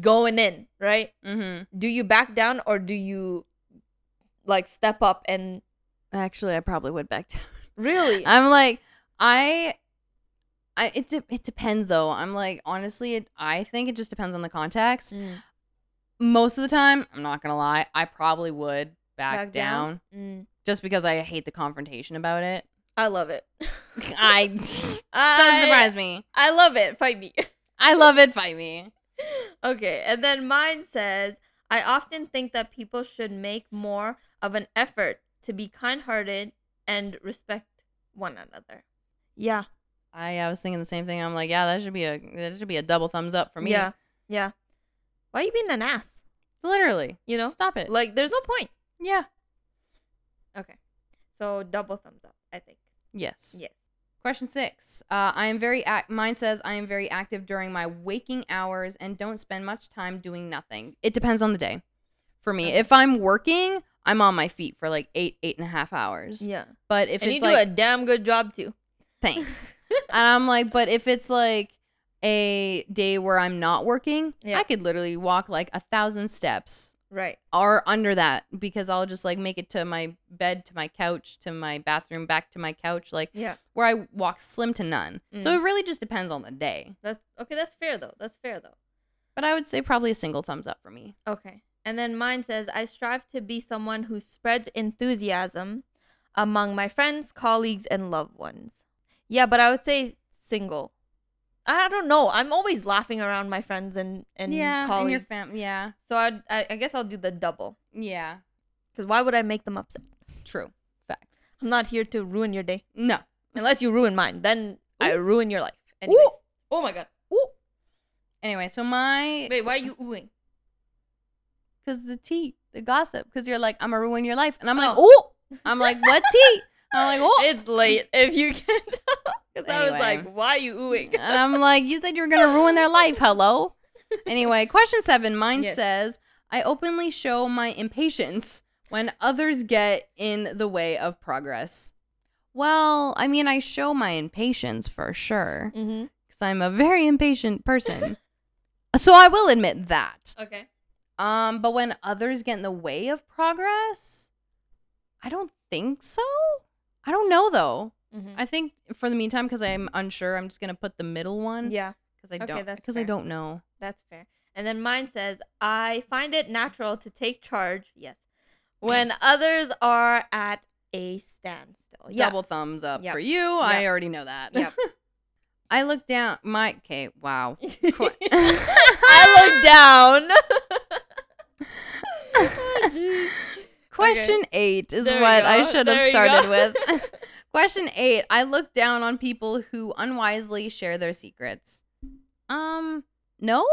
A: going in, right?
B: Mm-hmm.
A: Do you back down or do you like step up and
B: Actually, I probably would back down.
A: really?
B: I'm like, I, I it de- it depends though. I'm like, honestly, it, I think it just depends on the context.
A: Mm,
B: Most of the time, I'm not gonna lie, I probably would back,
A: Back
B: down,
A: down? mm.
B: just because I hate the confrontation about it.
A: I love it.
B: I doesn't
A: I-
B: surprise me.
A: I love it. Fight me.
B: I love it. Fight me.
A: okay, and then mine says, I often think that people should make more of an effort to be kind-hearted and respect one another. Yeah.
B: I, I was thinking the same thing. I'm like, yeah, that should be a that should be a double thumbs up for me.
A: Yeah. Yeah. Why are you being an ass?
B: literally.
A: You know?
B: stop it.
A: Like there's no point.
B: yeah.
A: Okay. So double thumbs up, I think.
B: Yes.
A: Yes.
B: Question six. Uh, I am very act. Mine says I am very active during my waking hours and don't spend much time doing nothing. It depends on the day. For me,
A: Okay.
B: if I'm working, I'm on my feet for like eight, eight and a half hours.
A: Yeah.
B: But if
A: and you
B: it's
A: do a
B: like
A: damn good job too.
B: thanks, and I'm like, but if it's like a day where I'm not working,
A: Yeah.
B: I could literally walk like a thousand steps
A: Right.
B: or under that because I'll just like make it to my bed, to my couch, to my bathroom, back to my couch, like
A: Yeah.
B: where I walk slim to none. So
A: Mm.
B: it really just depends on the day.
A: That's okay, that's fair though. That's fair though.
B: But I would say probably a single thumbs up for me.
A: Okay. And then mine says, I strive to be someone who spreads enthusiasm among my friends, colleagues, and loved ones. Yeah, but I would say single. I I don't know. I'm always laughing around my friends and, and colleagues.
B: and your family. Yeah,
A: so I'd, I, I guess I'll do the double.
B: yeah,
A: Because why would I make them upset?
B: true facts.
A: I'm not here to ruin your day.
B: No,
A: Unless you ruin mine, then I ruin your life.
B: Anyways.
A: Anyways. Oh my god.
B: Anyway, so my
A: Wait, why are you oohing?
B: because the tea, the gossip, because you're like I'm gonna ruin your life, and I'm like, oh, I'm like what tea? I'm like oh,
A: It's late if you can't tell. Because I was
B: Anyway.
A: like, why are you oohing?
B: and I'm like you said you were gonna ruin their life. Hello. Anyway, question seven. Mine
A: Yes.
B: says I openly show my impatience when others get in the way of progress. Well, I mean, I show my impatience for sure.
A: Mm-hmm.
B: because I'm a very impatient person. so I will admit that.
A: Okay.
B: Um, but when others get in the way of progress, I don't think so. I don't know though.
A: Mm-hmm.
B: I think for the meantime, because I'm unsure, I'm just gonna put the middle one.
A: Yeah,
B: because I
A: Okay,
B: don't
A: that's
B: because I
A: fair.
B: don't know.
A: that's fair. And then mine says, I find it natural to take charge, yes, when others are at a standstill. Yeah.
B: Double thumbs up
A: Yep.
B: for you. I already know that.
A: Yep.
B: I look down. My okay. Wow. Qu-
A: I look down. Oh, jeez.
B: Question eight is
A: There we
B: what I
A: go.
B: should
A: There
B: have
A: you go.
B: started with. Question eight. I look down on people who unwisely share their secrets. Um, no?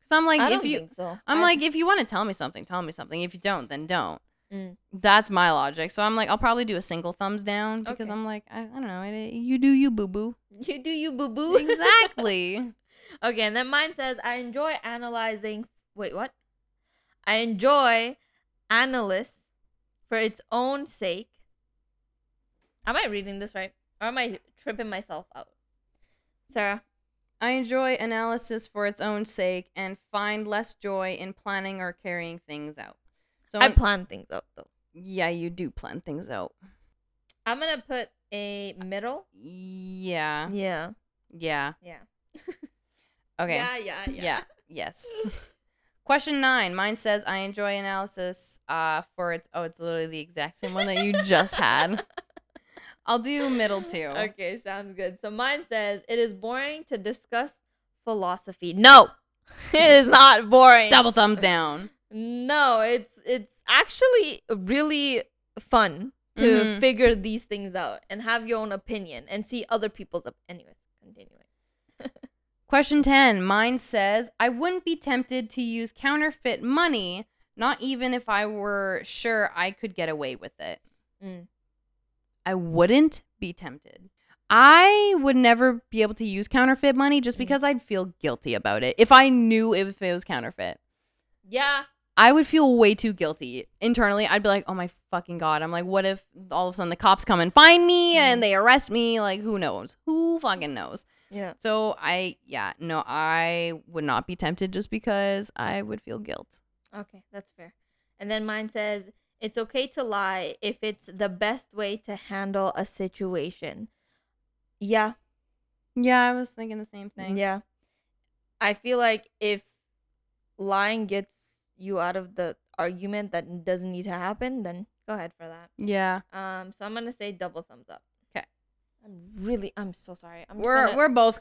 B: Because I'm like,
A: I
B: if
A: don't
B: you,
A: think so.
B: I'm
A: I-
B: like, if you want to tell me something, tell me something. If you don't, then don't.
A: Mm.
B: That's my logic. So I'm like, I'll probably do a single thumbs down because
A: Okay.
B: I'm like, I, I don't know. It, you do you, boo boo.
A: you do you boo boo.
B: Exactly.
A: Okay, and then mine says, I enjoy analyzing. Wait, what? I enjoy analysts for its own sake. Am I reading this right? Or am I tripping myself out? Sarah.
B: I enjoy analysis for its own sake and find less joy in planning or carrying things out. So
A: I
B: I'm-
A: plan things out though.
B: yeah, you do plan things out.
A: I'm gonna put a middle.
B: Yeah.
A: Yeah.
B: Yeah.
A: Yeah.
B: Okay. Yeah.
A: Yeah, yeah, yeah.
B: Yes. Question nine. Mine says I enjoy analysis uh, for its. Oh, it's literally the exact same one that you just had. I'll do middle two.
A: Okay, sounds good. So mine says it is boring to discuss philosophy. No, it is not boring.
B: Double thumbs down.
A: No, it's it's actually really fun to
B: Mhm.
A: figure these things out and have your own opinion and see other people's. Op- Anyways, continuing.
B: Question 10. Mine says, I wouldn't be tempted to use counterfeit money, not even if I were sure I could get away with it.
A: Mm.
B: I wouldn't be tempted. I would never be able to use counterfeit money just
A: Mm.
B: because I'd feel guilty about it if I knew if it was counterfeit.
A: Yeah,
B: I would feel way too guilty internally. I'd be like, oh my fucking God. I'm like, what if all of a sudden the cops come and find me
A: Mm.
B: and they arrest me? Like, who knows? Who fucking knows?
A: yeah.
B: So I yeah, no, I would not be tempted just because I would feel guilt.
A: Okay, that's fair. And then mine says it's okay to lie if it's the best way to handle a situation. Yeah,
B: Yeah, I was thinking the same thing.
A: Yeah. I feel like if lying gets you out of the argument that doesn't need to happen, then go ahead for that.
B: Yeah.
A: Um, so I'm gonna say double thumbs up.
B: 'Kay.
A: I'm really. I'm so sorry. I'm. just
B: We're
A: gonna-
B: we're both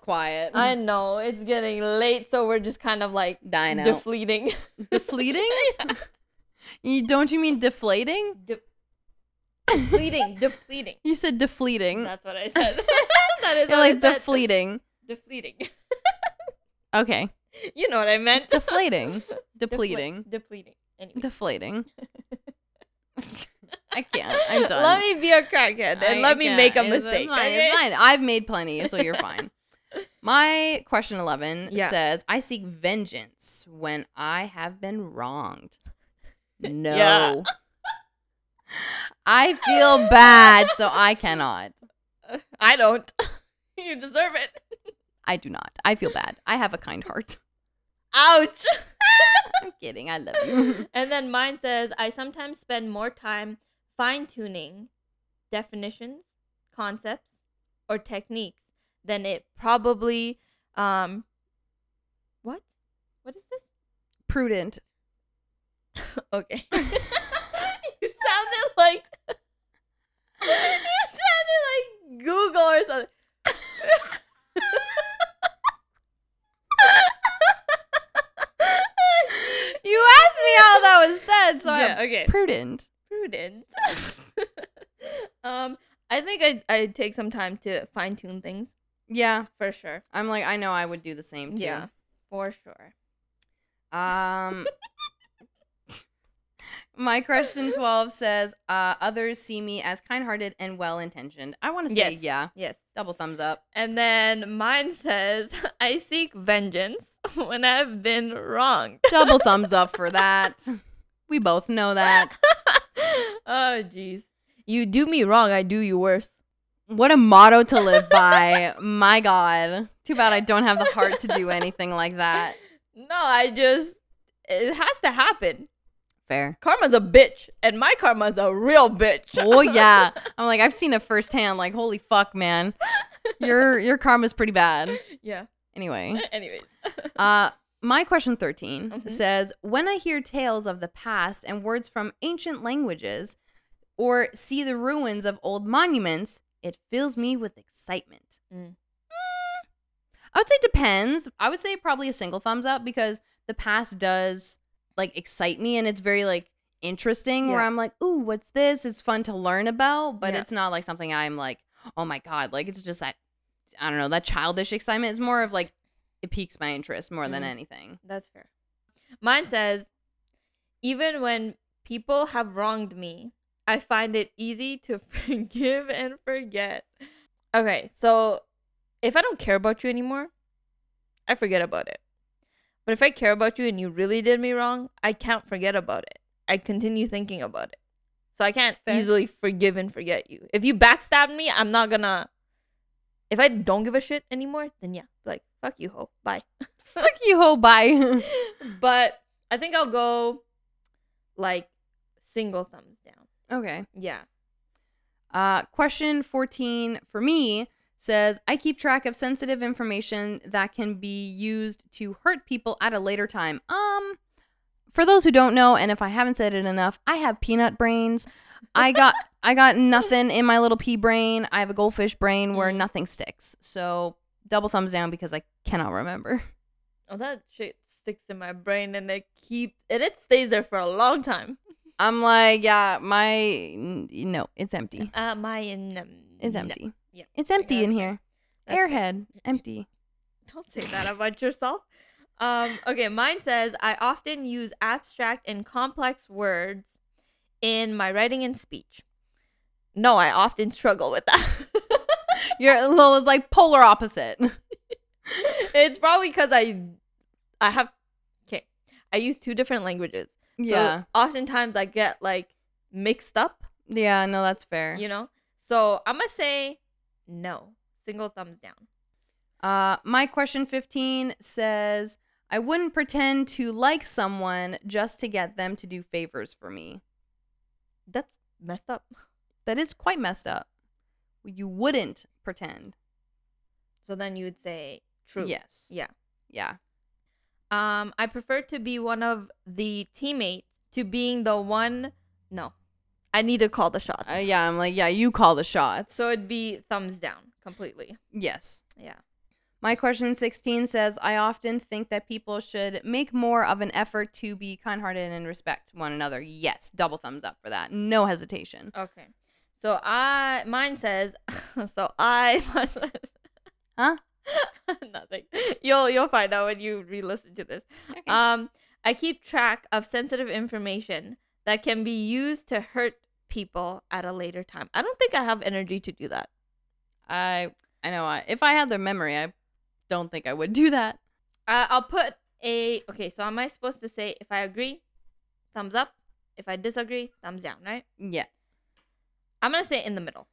B: quiet. Mm,
A: I know it's getting late, so we're just kind of like
B: dying out.
A: deflating.
B: Defleating?
A: Yeah.
B: You, don't you mean deflating?
A: De- depleting. depleting.
B: You said defleating.
A: That's what I said. that is
B: You're
A: what I
B: like
A: said.
B: defleating.
A: Defleating.
B: Okay.
A: You know what I meant.
B: Deflating.
A: Defla-
B: Depleting.
A: Depleting. Anyway.
B: Deflating. I can't. I'm done.
A: Let me be a crackhead and
B: I-
A: let me
B: yeah,
A: make a
B: it's- it's
A: mistake.
B: fine,
A: okay?
B: It's fine. I've made plenty, so you're fine. My question 11
A: Yeah.
B: says, I seek vengeance when I have been wronged. No. I feel bad, so I cannot.
A: I don't. you deserve it.
B: I do not. I feel bad. I have a kind heart.
A: Ouch.
B: I'm kidding. I love you.
A: and then mine says I sometimes spend more time fine tuning definitions, concepts, or techniques than it probably. Um, what? What is this?
B: Prudent.
A: Okay. you sounded like you sounded like Google or something.
B: You asked me how that was said, so
A: yeah,
B: I'm
A: okay.
B: prudent.
A: Prudent. um, I think I I take some time to fine tune things
B: Yeah.
A: for sure.
B: I'm like, I know I would do the same too.
A: Yeah, for sure.
B: Um, my question 12 says, uh, others see me as kind hearted and well intentioned. I want to say,
A: Yes.
B: yeah,
A: Yes.
B: double thumbs up.
A: And then mine says, I seek vengeance when I've been wronged.
B: Double thumbs up for that. We both know that.
A: oh jeez. You do me wrong, I do you worse.
B: What a motto to live by. My God. Too bad I don't have the heart to do anything like that.
A: No, I just it has to happen.
B: Fair.
A: Karma's a bitch, and my karma's a real bitch.
B: Oh yeah. I'm like, I've seen it firsthand. Like, holy fuck, man. Your your karma's pretty bad.
A: yeah.
B: Anyway.
A: Anyways.
B: Uh, my question 13
A: Mhm.
B: says When I hear tales of the past and words from ancient languages or see the ruins of old monuments, it fills me with excitement.
A: Mm.
B: Mm. I would say depends. I would say probably a single thumbs up because the past does like excite me and it's very like interesting where
A: Yeah.
B: I'm like, ooh, what's this? It's fun to learn about, but
A: Yeah.
B: it's not like something I'm like, oh my God. Like it's just that, I don't know, that childish excitement is more of like, it piques my interest more than
A: Mhm.
B: anything.
A: That's fair. Mine says, even when people have wronged me, I find it easy to forgive and forget. Okay, so if I don't care about you anymore, I forget about it. But if I care about you and you really did me wrong, I can't forget about it. I continue thinking about it. So I can't
B: Fair.
A: easily forgive and forget you. If you backstabbed me, I'm not gonna. If I don't give a shit anymore, then yeah, like, fuck you, ho. Bye
B: Fuck you, ho, bye.
A: but I think I'll go like single thumbs down.
B: okay.
A: Yeah.
B: Uh, question 14 for me says I keep track of sensitive information that can be used to hurt people at a later time. Um, for those who don't know, and if I haven't said it enough, I have peanut brains. I got I got nothing in my little pea brain. I have a goldfish brain where nothing sticks. So double thumbs down because I cannot remember.
A: Oh, that shit sticks in my brain and it keeps and it stays there for a long time.
B: I'm like, yeah, my n- no, it's empty.
A: Uh, my in um,
B: It's
A: no.
B: empty.
A: Yeah.
B: It's empty
A: that's
B: in
A: fair.
B: here.
A: That's fair.
B: Airhead, empty.
A: Don't say that about yourself. Um, okay, mine says I often use abstract and complex words in my writing and speech. No, I often struggle with that.
B: Your Lola's like polar opposite.
A: it's probably because I, I have, okay, I use two different languages. So oftentimes I get like mixed up,
B: yeah, no, that's fair.
A: you know? So I'm going to say no. Single thumbs down.
B: Uh, my question 15 says, I wouldn't pretend to like someone just to get them to do favors for me.
A: That's messed up.
B: That is quite messed up. You wouldn't pretend.
A: So then you would say true.
B: Yes.
A: Yeah.
B: Yeah.
A: Um, I prefer to be one of the teammates to being the one. No, I need to call the shots.
B: Uh, yeah. I'm like, yeah, you call the shots.
A: So it'd be thumbs down completely.
B: yes.
A: Yeah.
B: My question 16 says, I often think that people should make more of an effort to be kind hearted and respect one another. Yes. Double thumbs up for that. No hesitation.
A: Okay. So I mine says. so I.
B: Huh?
A: Nothing. You'll you'll find out when you re-listen to this. Um, I keep track of sensitive information that can be used to hurt people at a later time. I don't think I have energy to do that.
B: I, I know. I, if I had the memory, I don't think I would do that.
A: Uh, I'll put a okay. So am I supposed to say if I agree, thumbs up? If I disagree, thumbs down, right?
B: Yeah.
A: I'm gonna say in the middle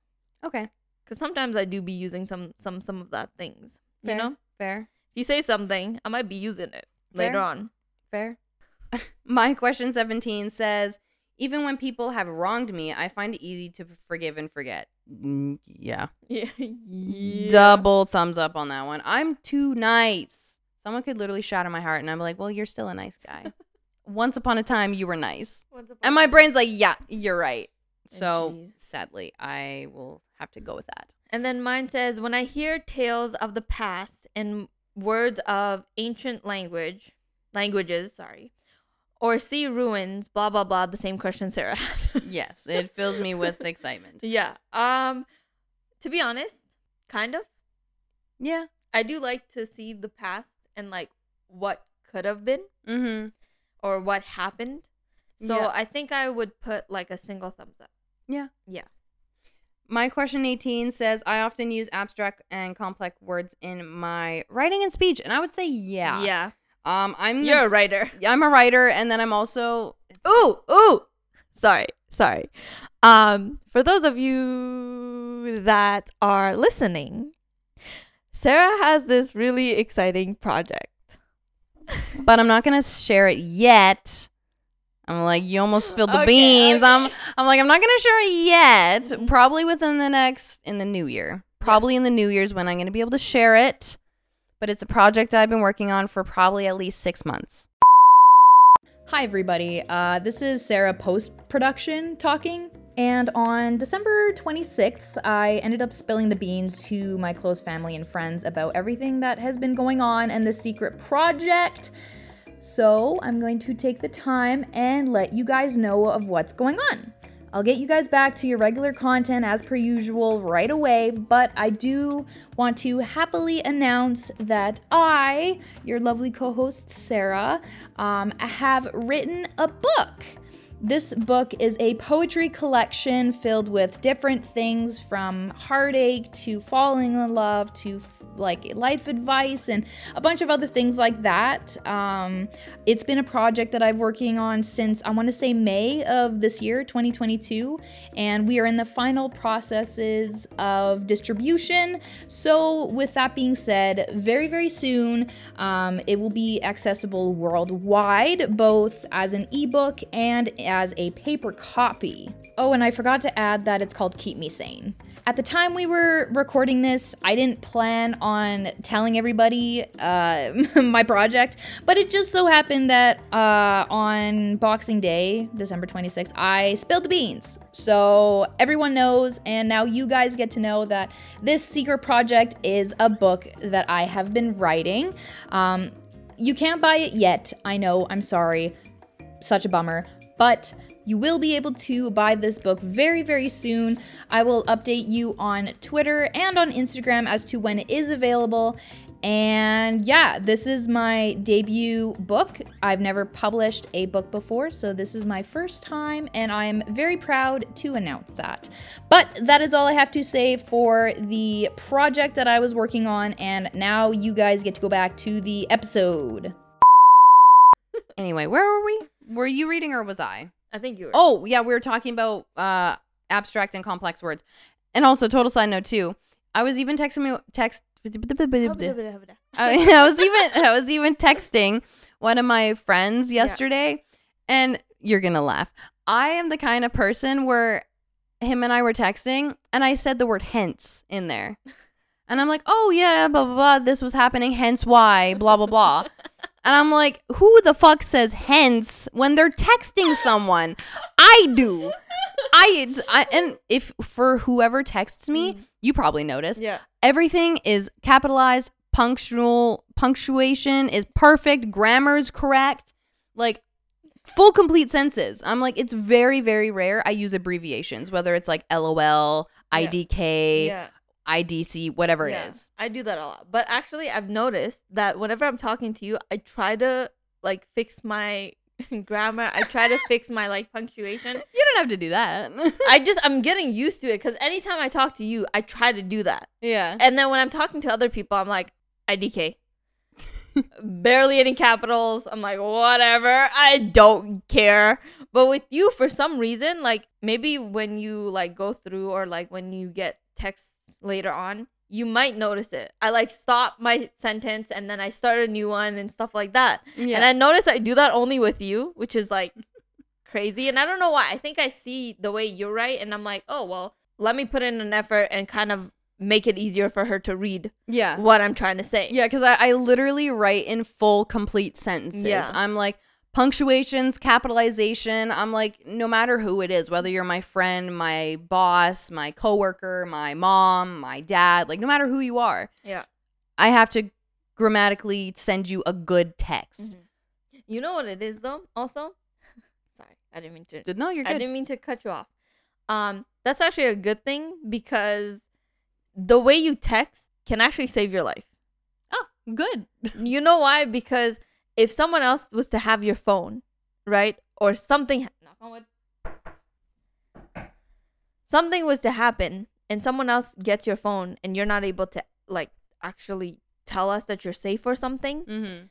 B: Okay.
A: because sometimes I do be using some some some of that things.
B: Fair.
A: You know, if
B: Fair.
A: you say something, I might be using it later
B: Fair.
A: on.
B: Fair. My question 17 says, even when people have wronged me, I find it easy to forgive and forget. Mm, Yeah.
A: Yeah. yeah.
B: Double thumbs up on that one. I'm too nice. Someone could literally shatter my heart, and I'm like, well, you're still a nice guy. Once upon a time, you were nice. And my brain's like, yeah, you're right.
A: Oh,
B: So
A: jeez.
B: sadly, I will have to go with that.
A: And then mine says, when I hear tales of the past and words of ancient language, languages, sorry, or see ruins, blah blah blah. The same question Sarah had.
B: Yes, it fills me with excitement.
A: Yeah. Um to be honest, kind of.
B: Yeah.
A: I do like to see the past and like what could have been
B: Mm hmm.
A: or what happened. So
B: Yeah.
A: I think I would put like a single thumbs up.
B: My question 18 says, I often use abstract and complex words in my writing and speech. And I would say, yeah.
A: Yeah.
B: Um, I'm, the-
A: You're a writer.
B: I'm a writer. And then I'm also,
A: Ooh, ooh. Sorry, sorry. Um, for those of you that are listening, Sarah has this really exciting project.
B: but I'm not going to share it yet. I'm like, you almost spilled the
A: Okay,
B: beans. I'm,
A: okay.
B: I'm like, I'm not going to share it yet.
C: Mm-hmm.
A: Mhm.
B: Probably within the next, in the new year. Probably in the new year's when I'm going to be able to share it. But it's a project I've been working on for probably at least six months.
C: Hi, everybody. Uh, this is Sarah post production talking. And on December 26th, I ended up spilling the beans to my close family and friends about everything that has been going on and the secret project. So I'm going to take the time and let you guys know of what's going on. I'll get you guys back to your regular content as per usual right away, but I do want to happily announce that I, your lovely co host Sarah, um, have written a book. This book is a poetry collection filled with different things from heartache to falling in love to f- like life advice and a bunch of other things like that. Um, it's been a project that I've working on since I want to say May of this year, 2022, and we are in the final processes of distribution. So, with that being said, very very soon um, it will be accessible worldwide, both as an ebook and as a paper copy. Oh, and I forgot to add that it's called Keep Me Sane. At the time we were recording this, I didn't plan on telling everybody uh, my project, but it just so happened that uh, on Boxing Day, December 26th, I spilled the beans. So everyone knows, and now you guys get to know that this secret project is a book that I have been writing. Um, you can't buy it yet. I know, I'm sorry such a bummer. But you will be able to buy this book very, very soon. I will update you on Twitter and on Instagram as to when it is available. And yeah, this is my debut book. I've never published a book before, so this is my first time, and I am very proud to announce that. But that is all I have to say for the project that I was working on, and now you guys get to go back to the episode.
B: Anyway, where were we? Were you reading or was I?
A: I think you were.
B: Oh, yeah, we were talking about uh abstract and complex words. And also total side note too. I was even texting me text I I was even I was even texting one of my friends
A: Yeah.
B: yesterday and you're going to laugh. I am the kind of person where him and I were texting and I said the word hence in there. And I'm like, "Oh yeah, blah blah blah, this was happening, hence why, blah blah blah." And I'm like, who the fuck says hence when they're texting someone? I do. I, I and if for whoever texts me, you probably notice
A: yeah.
B: everything is capitalized, punctual, punctuation is perfect, grammar's correct, like full complete senses. I'm like, it's very, very rare. I use abbreviations, whether it's like LOL,
A: Yeah.
B: IDK,
A: Yeah.
B: IDC, whatever
A: Yeah,
B: it is.
A: I do that a lot. But actually, I've noticed that whenever I'm talking to you, I try to like fix my grammar. I try to fix my like punctuation.
B: You don't have to do that.
A: I just I'm getting used to it because anytime I talk to you, I try to do that.
B: yeah.
A: And then when I'm talking to other people, I'm like IDK. Barely any capitals. I'm like, whatever. I don't care. But with you, for some reason, like maybe when you like go through or like when you get texts later on, you might notice it. I like stop my sentence and then I start a new one and stuff like that.
B: Yeah.
A: And I notice I do that only with you, which is like crazy. And I don't know why. I think I see the way you write and I'm like, oh, well, let me put in an effort and kind of make it easier for her to read
B: yeah.
A: what I'm trying to say.
B: Yeah, because I, I literally write in full, complete sentences.
A: Yeah.
B: I'm like punctuations, capitalization. I'm like, no matter who it is, whether you're my friend, my boss, my coworker, my mom, my dad, like no matter who you are,
A: Yeah.
B: I have to grammatically send you a good text.
A: Mm-hmm. You know what it is though? Also, sorry, I didn't mean to.
B: No, you're
A: Mm-hmm. I
B: good.
A: didn't mean to cut you off. Um, that's actually a good thing because the way you text can actually save your life.
B: Good.
A: you know why? Because if someone else was to have your phone, right, or something, knock on wood, something was to happen, and someone else gets your phone, and you're not able to like actually tell us that you're safe or something,
B: Mm-hmm.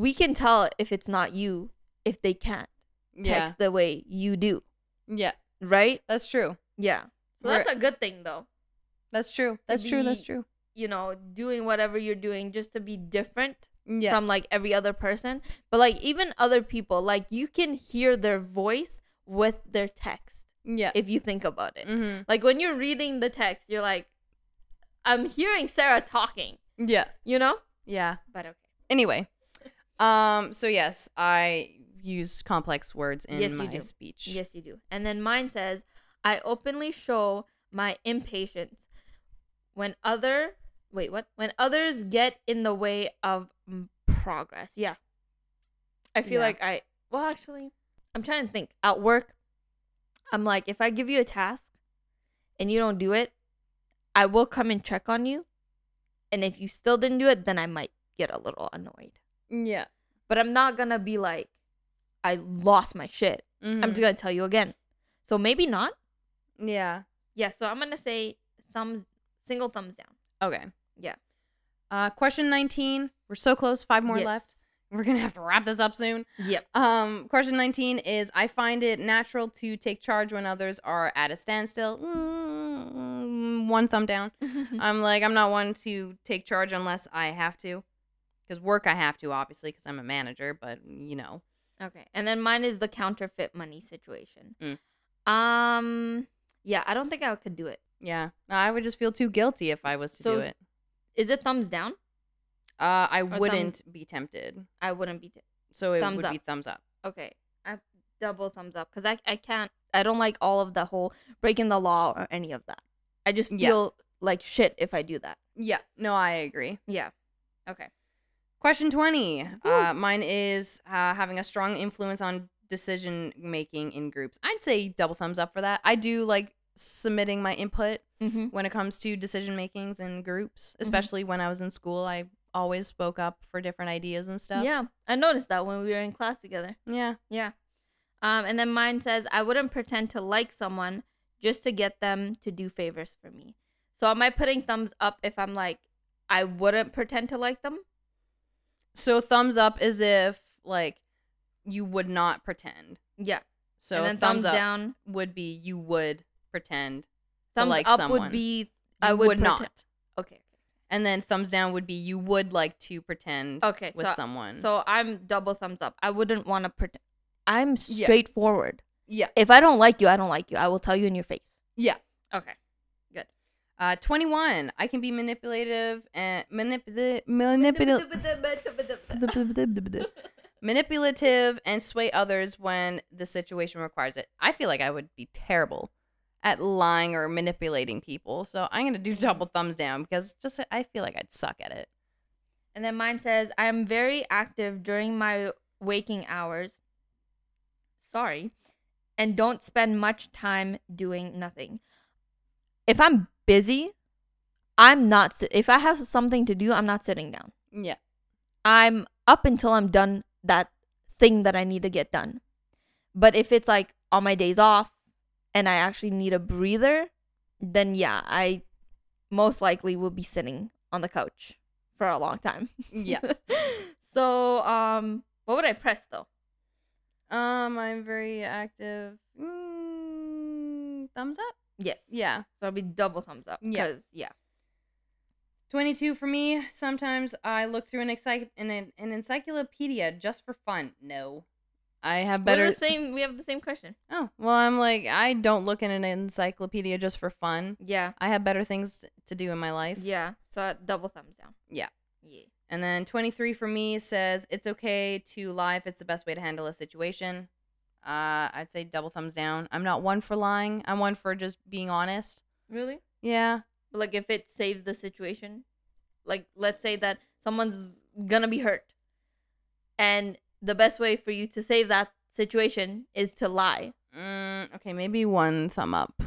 A: we can tell if it's not you if they can't
B: Yeah.
A: text the way you do,
B: Yeah.
A: right?
B: That's true.
A: Yeah. So
B: Right.
A: that's a good thing though.
B: That's true. That's true. That's
A: be-
B: true.
A: You know, doing whatever you're doing just to be different
B: Yeah.
A: from like every other person. But like even other people, like you can hear their voice with their text
B: yeah.
A: if you think about it.
B: Mm-hmm.
A: Like when you're reading the text, you're like, I'm hearing Sarah talking,
B: Yeah.
A: you know?
B: Yeah.
A: But okay.
B: anyway um so yes i use complex words in
A: Yes, you
B: my
A: do.
B: speech
A: Yes, you do. And then mine says, I openly show my impatience when other wait, what? When others get in the way of m- progress. Yeah. I feel
B: Yeah.
A: like I well actually I'm trying to think. At work, I'm like, if I give you a task and you don't do it, I will come and check on you. And if you still didn't do it, then I might get a little annoyed.
B: yeah
A: But I'm not gonna be like, I lost my shit. I'm
B: Mm-hmm.
A: just gonna tell you again. So maybe not.
B: yeah
A: Yeah. So I'm gonna say thumbs, single thumbs down.
B: okay
A: Yeah.
B: uh question 19 we're so close five more
A: Yes.
B: left we're gonna have to wrap this up soon
A: Yep.
B: um question 19 is i find it natural to take charge when others are at a standstill Mm, one thumb down I'm like, I'm not one to take charge unless I have to. Because work, I have to, obviously, because I'm a manager, but you know.
A: Okay. And then mine is the counterfeit money situation.
B: Mm.
A: Um yeah, I don't think I could do it.
B: Yeah. I would just feel too guilty if I was to
A: So-
B: do it.
A: Is it thumbs down?
B: Uh, I
A: thumbs-
B: wouldn't be tempted.
A: I wouldn't be t-
B: So it
A: Thumbs
B: would be
A: up.
B: thumbs up.
A: Okay. I double thumbs up cuz I I can't I don't like all of the whole breaking the law or any of that. I just
B: Yeah.
A: feel like shit if I do that.
B: Yeah. No, I agree.
A: Yeah. Okay.
B: Question 20. Uh, mine is uh, having a strong influence on decision making in groups. I'd say double thumbs up for that. I do like submitting my input
A: Mhm.
B: when it comes to decision makings in groups,
A: Mm-hmm.
B: especially when I was in school. I always spoke up for different ideas and stuff.
A: Yeah, I noticed that when we were in class together.
B: Yeah.
A: Yeah. Um, and then mine says, I wouldn't pretend to like someone just to get them to do favors for me. So am I putting thumbs up if I'm like, I wouldn't pretend to like them?
B: So thumbs up is if like you would not pretend.
A: Yeah.
B: So
A: and then
B: thumbs, up
A: down.
B: would be you would pretend.
A: Thumbs
B: like
A: up
B: someone.
A: would be,
B: You
A: I would, prete-
B: not.
A: Okay.
B: And then thumbs down would be you would like to pretend
A: Okay.
B: with
A: so,
B: someone.
A: so I'm double thumbs up. I wouldn't want to pretend. I'm
B: Yeah.
A: straightforward.
B: yeah.
A: If I don't like you, I don't like you. I will tell you in your face.
B: Yeah.
A: Okay.
B: Uh, 21. I can be manipulative and manip- manipulative. manipulative and sway others when the situation requires it. I feel like I would be terrible at lying or manipulating people. So I'm going to do double thumbs down because just I feel like I'd suck at it.
A: And then mine says, I am very active during my waking hours. Sorry. And don't spend much time doing nothing. If I'm busy, I'm not, si- if I have something to do, I'm not sitting down.
B: Yeah.
A: I'm up until I'm done that thing that I need to get done. But if it's like on my days off and I actually need a breather, then yeah, I most likely will be sitting on the couch for a long time.
B: Yeah.
A: so, um, what would I press though?
B: um I'm very active. Mm, thumbs up?
A: Yes.
B: Yeah.
A: So it'll be double thumbs up.
B: Yeah.
A: Because yeah.
B: 22 for me. Sometimes I look through an, exci- an, an encyclopedia just for fun. No. I have
A: Better.
B: better
A: We're the same. We have the same question.
B: Oh, well, I'm like I don't look in an encyclopedia just for fun.
A: Yeah.
B: I have better things to do in my life.
A: Yeah. So double thumbs down.
B: Yeah.
A: Yeah.
B: And then 23 for me says it's okay to lie if it's the best way to handle a situation. Uh, I'd say double thumbs down. I'm not one for lying. I'm one for just being honest.
A: Really?
B: Yeah.
A: But, like if it saves the situation like let's say that someone's gonna be hurt and the best way for you to save that situation is to lie
B: Mm, okay, maybe one thumb up.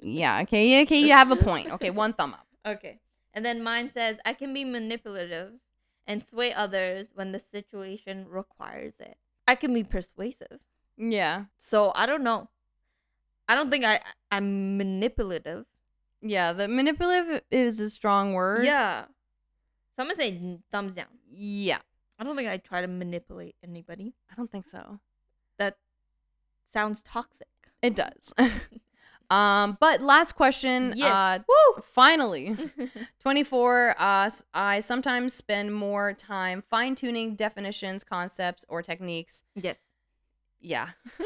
B: yeah. Okay. Yeah. Okay. You have a point. Okay. One thumb up.
A: okay and then mine says i can be manipulative and sway others when the situation requires it i can be persuasive
B: Yeah.
A: so i don't know i don't think i i'm manipulative
B: Yeah. The manipulative is a strong word.
A: yeah so i'm gonna say n- thumbs down
B: Yeah.
A: i don't think i try to manipulate anybody
B: I don't think so.
A: that sounds toxic
B: It does. um, but last question.
A: Yes.
B: Uh, finally, 24. Uh, s- I sometimes spend more time fine tuning definitions, concepts, or techniques.
A: yes.
B: Yeah.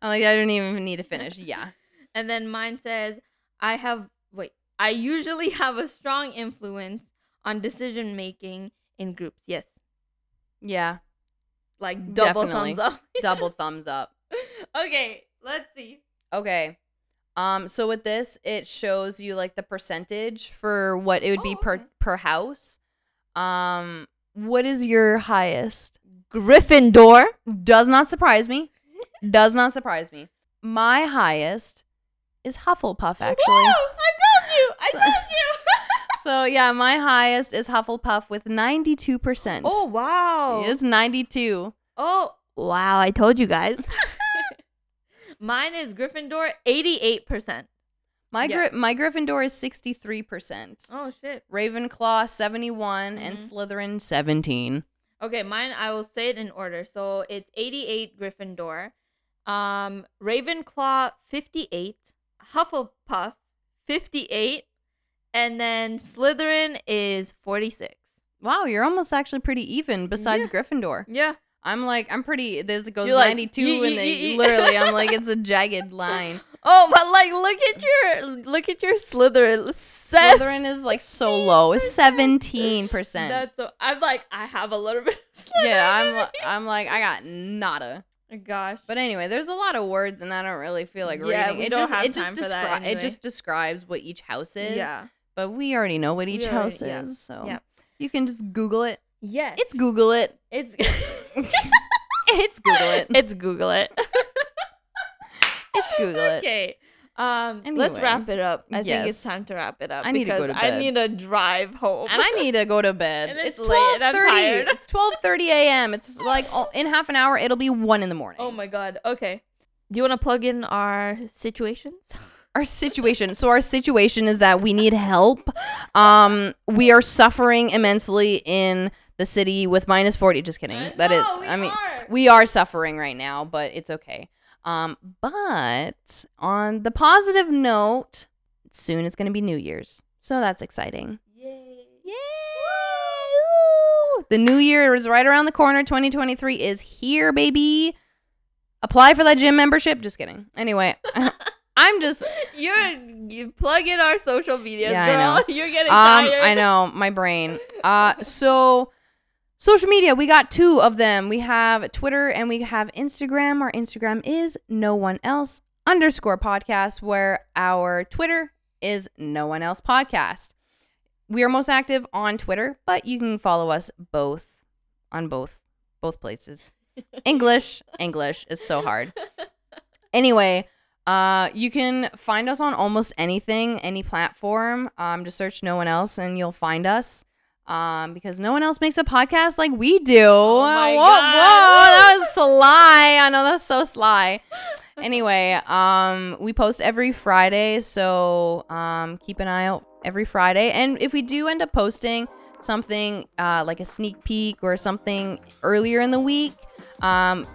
B: I'm like, I don't even need to finish. Yeah.
A: And then mine says, I have, wait, I usually have a strong influence on decision making in groups. Yes.
B: Yeah.
A: Like double
B: Definitely.
A: thumbs up.
B: Double thumbs up.
A: okay, let's see.
B: Okay. Um, so with this, it shows you like the percentage for what it would be
A: Oh,
B: per
A: okay.
B: per house. Um, what is your highest?
A: Gryffindor.
B: does not surprise me. Does not surprise me. My highest is Hufflepuff,
A: Woo!
B: actually.
A: I told you. I
B: So-
A: told you.
B: so yeah, my highest is Hufflepuff with ninety-two percent.
A: Oh, wow.
B: it's ninety-two.
A: Oh, wow. I told you guys. Mine is Gryffindor 88%.
B: My
A: Yeah.
B: Gry- my Gryffindor is sixty-three percent.
A: Oh, shit.
B: Ravenclaw seventy-one and
A: Mhm.
B: Slytherin seventeen.
A: Okay, mine. I will say it in order. So it's eighty-eight Gryffindor, um, Ravenclaw fifty-eight, Hufflepuff fifty-eight, and then Slytherin is forty-six.
B: Wow, you're almost actually pretty even. Besides
A: Yeah.
B: Gryffindor,
A: Yeah,
B: I'm like, I'm pretty. This goes
A: You're like,
B: 92,
A: "Yee,
B: and
A: yee,
B: then
A: yee, yee."
B: literally, I'm like, it's a jagged line.
A: Oh, but like, look at your look at your Slytherin. Seven.
B: Slytherin is like so low, It's 17 percent.
A: That's so. I'm like, I have a little bit. Of Slytherin
B: Yeah,
A: in
B: I'm.
A: me.
B: li- I'm like, I got nada.
A: Gosh.
B: But anyway, there's a lot of words, and I don't really feel like
A: Yeah,
B: reading.
A: we
B: it
A: don't
B: just,
A: have
B: it just
A: time for that
B: descri-
A: anyway.
B: It just describes what each house is.
A: Yeah.
B: But we already know what each
A: already-
B: house
A: yeah.
B: is, so
A: Yeah.
B: you can just Google it.
A: Yes.
B: It's Google it.
A: It's.
B: It's Google it.
A: it's Google it.
B: It's Google it.
A: Okay. Um, let's
B: Anyway.
A: wrap it up. I think it's
B: Yes.
A: time to wrap it up.
B: I need to
A: because
B: go to
A: I
B: bed.
A: need to drive home.
B: and I need to go to bed.
A: And it's
B: it's
A: late
B: twelve
A: and I'm
B: thirty.
A: tired.
B: It's twelve thirty a.m. It's like all, in half an hour it'll be one in the morning.
A: oh my god. Okay. Do you want to plug in our situations?
B: Our situation. So our situation is that we need help. Um, we are suffering immensely in the city with minus forty. Just kidding. that is. I mean, we are suffering right now, but it's okay. Um, but on the positive note, soon it's going to be New Year's, so that's exciting. Yay! Woo! The new year is right around the corner. 2023 is here, baby. Apply for that gym membership. Just kidding. Anyway, I'm just.
A: You're you plug in our social media,
B: Yeah, I
A: girl.
B: know.
A: You're getting
B: Um,
A: tired.
B: I know my brain. Uh, so social media, we got two of them. We have Twitter and we have Instagram. Our Instagram is no one else underscore podcast, where our Twitter is no one else podcast. We are most active on Twitter, but you can follow us both on both both places. English, English is so hard. Anyway, uh, you can find us on almost anything, any platform. Um, just search no one else and you'll find us. Um, because no one else makes a podcast like we do.
A: Oh my
B: whoa,
A: God.
B: whoa, that was sly. I know that's so sly. Anyway, um, we post every Friday, so um, keep an eye out every Friday. And if we do end up posting something uh, like a sneak peek or something earlier in the week, um,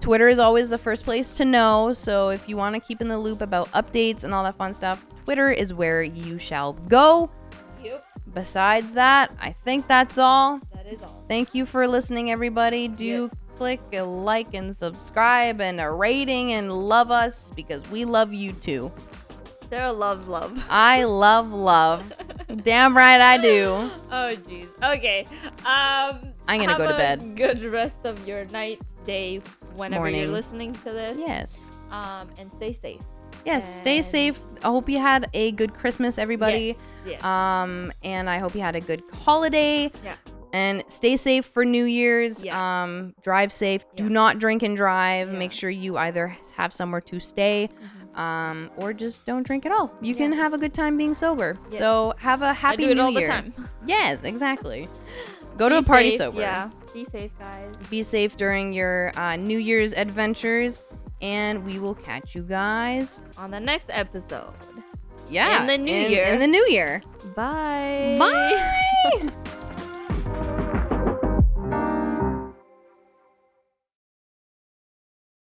B: Twitter is always the first place to know. So if you want to keep in the loop about updates and all that fun stuff, Twitter is where you shall go.
A: Yep.
B: Besides that, I think that's all.
A: That is all.
B: Thank you for listening, everybody. Do
A: Yes.
B: click a like and subscribe and a rating and love us because we love you too.
A: Sarah loves love.
B: I love love. Damn right I do.
A: Oh jeez. Okay. Um
B: I'm gonna
A: have
B: go to
A: a
B: bed.
A: Good rest of your night, day, whenever
B: Morning.
A: you're listening to this.
B: Yes.
A: Um and stay safe.
B: Yes. Stay
A: And-
B: safe. I hope you had a good Christmas, everybody.
A: Yes. yes.
B: Um, and I hope you had a good holiday.
A: Yeah.
B: And stay safe for New Year's.
A: Yeah.
B: Um, drive safe.
A: Yeah.
B: Do not drink and drive.
A: Yeah. Mm-hmm.
B: Make sure you either have somewhere to stay, um, or just don't drink at all. You can
A: Yeah.
B: have a good time being sober.
A: Yes.
B: So have a
A: I
B: happy
A: do it
B: New
A: all the
B: Year.
A: time.
B: Yes, exactly. Go to
A: Be
B: a party
A: safe,
B: sober.
A: Yeah. Be safe, guys.
B: Be safe during your uh, New Year's adventures, and we will catch you guys.
A: On the next episode.
B: Yeah,
A: In the new
B: in-
A: year.
B: In the new year.
A: Bye.
B: Bye.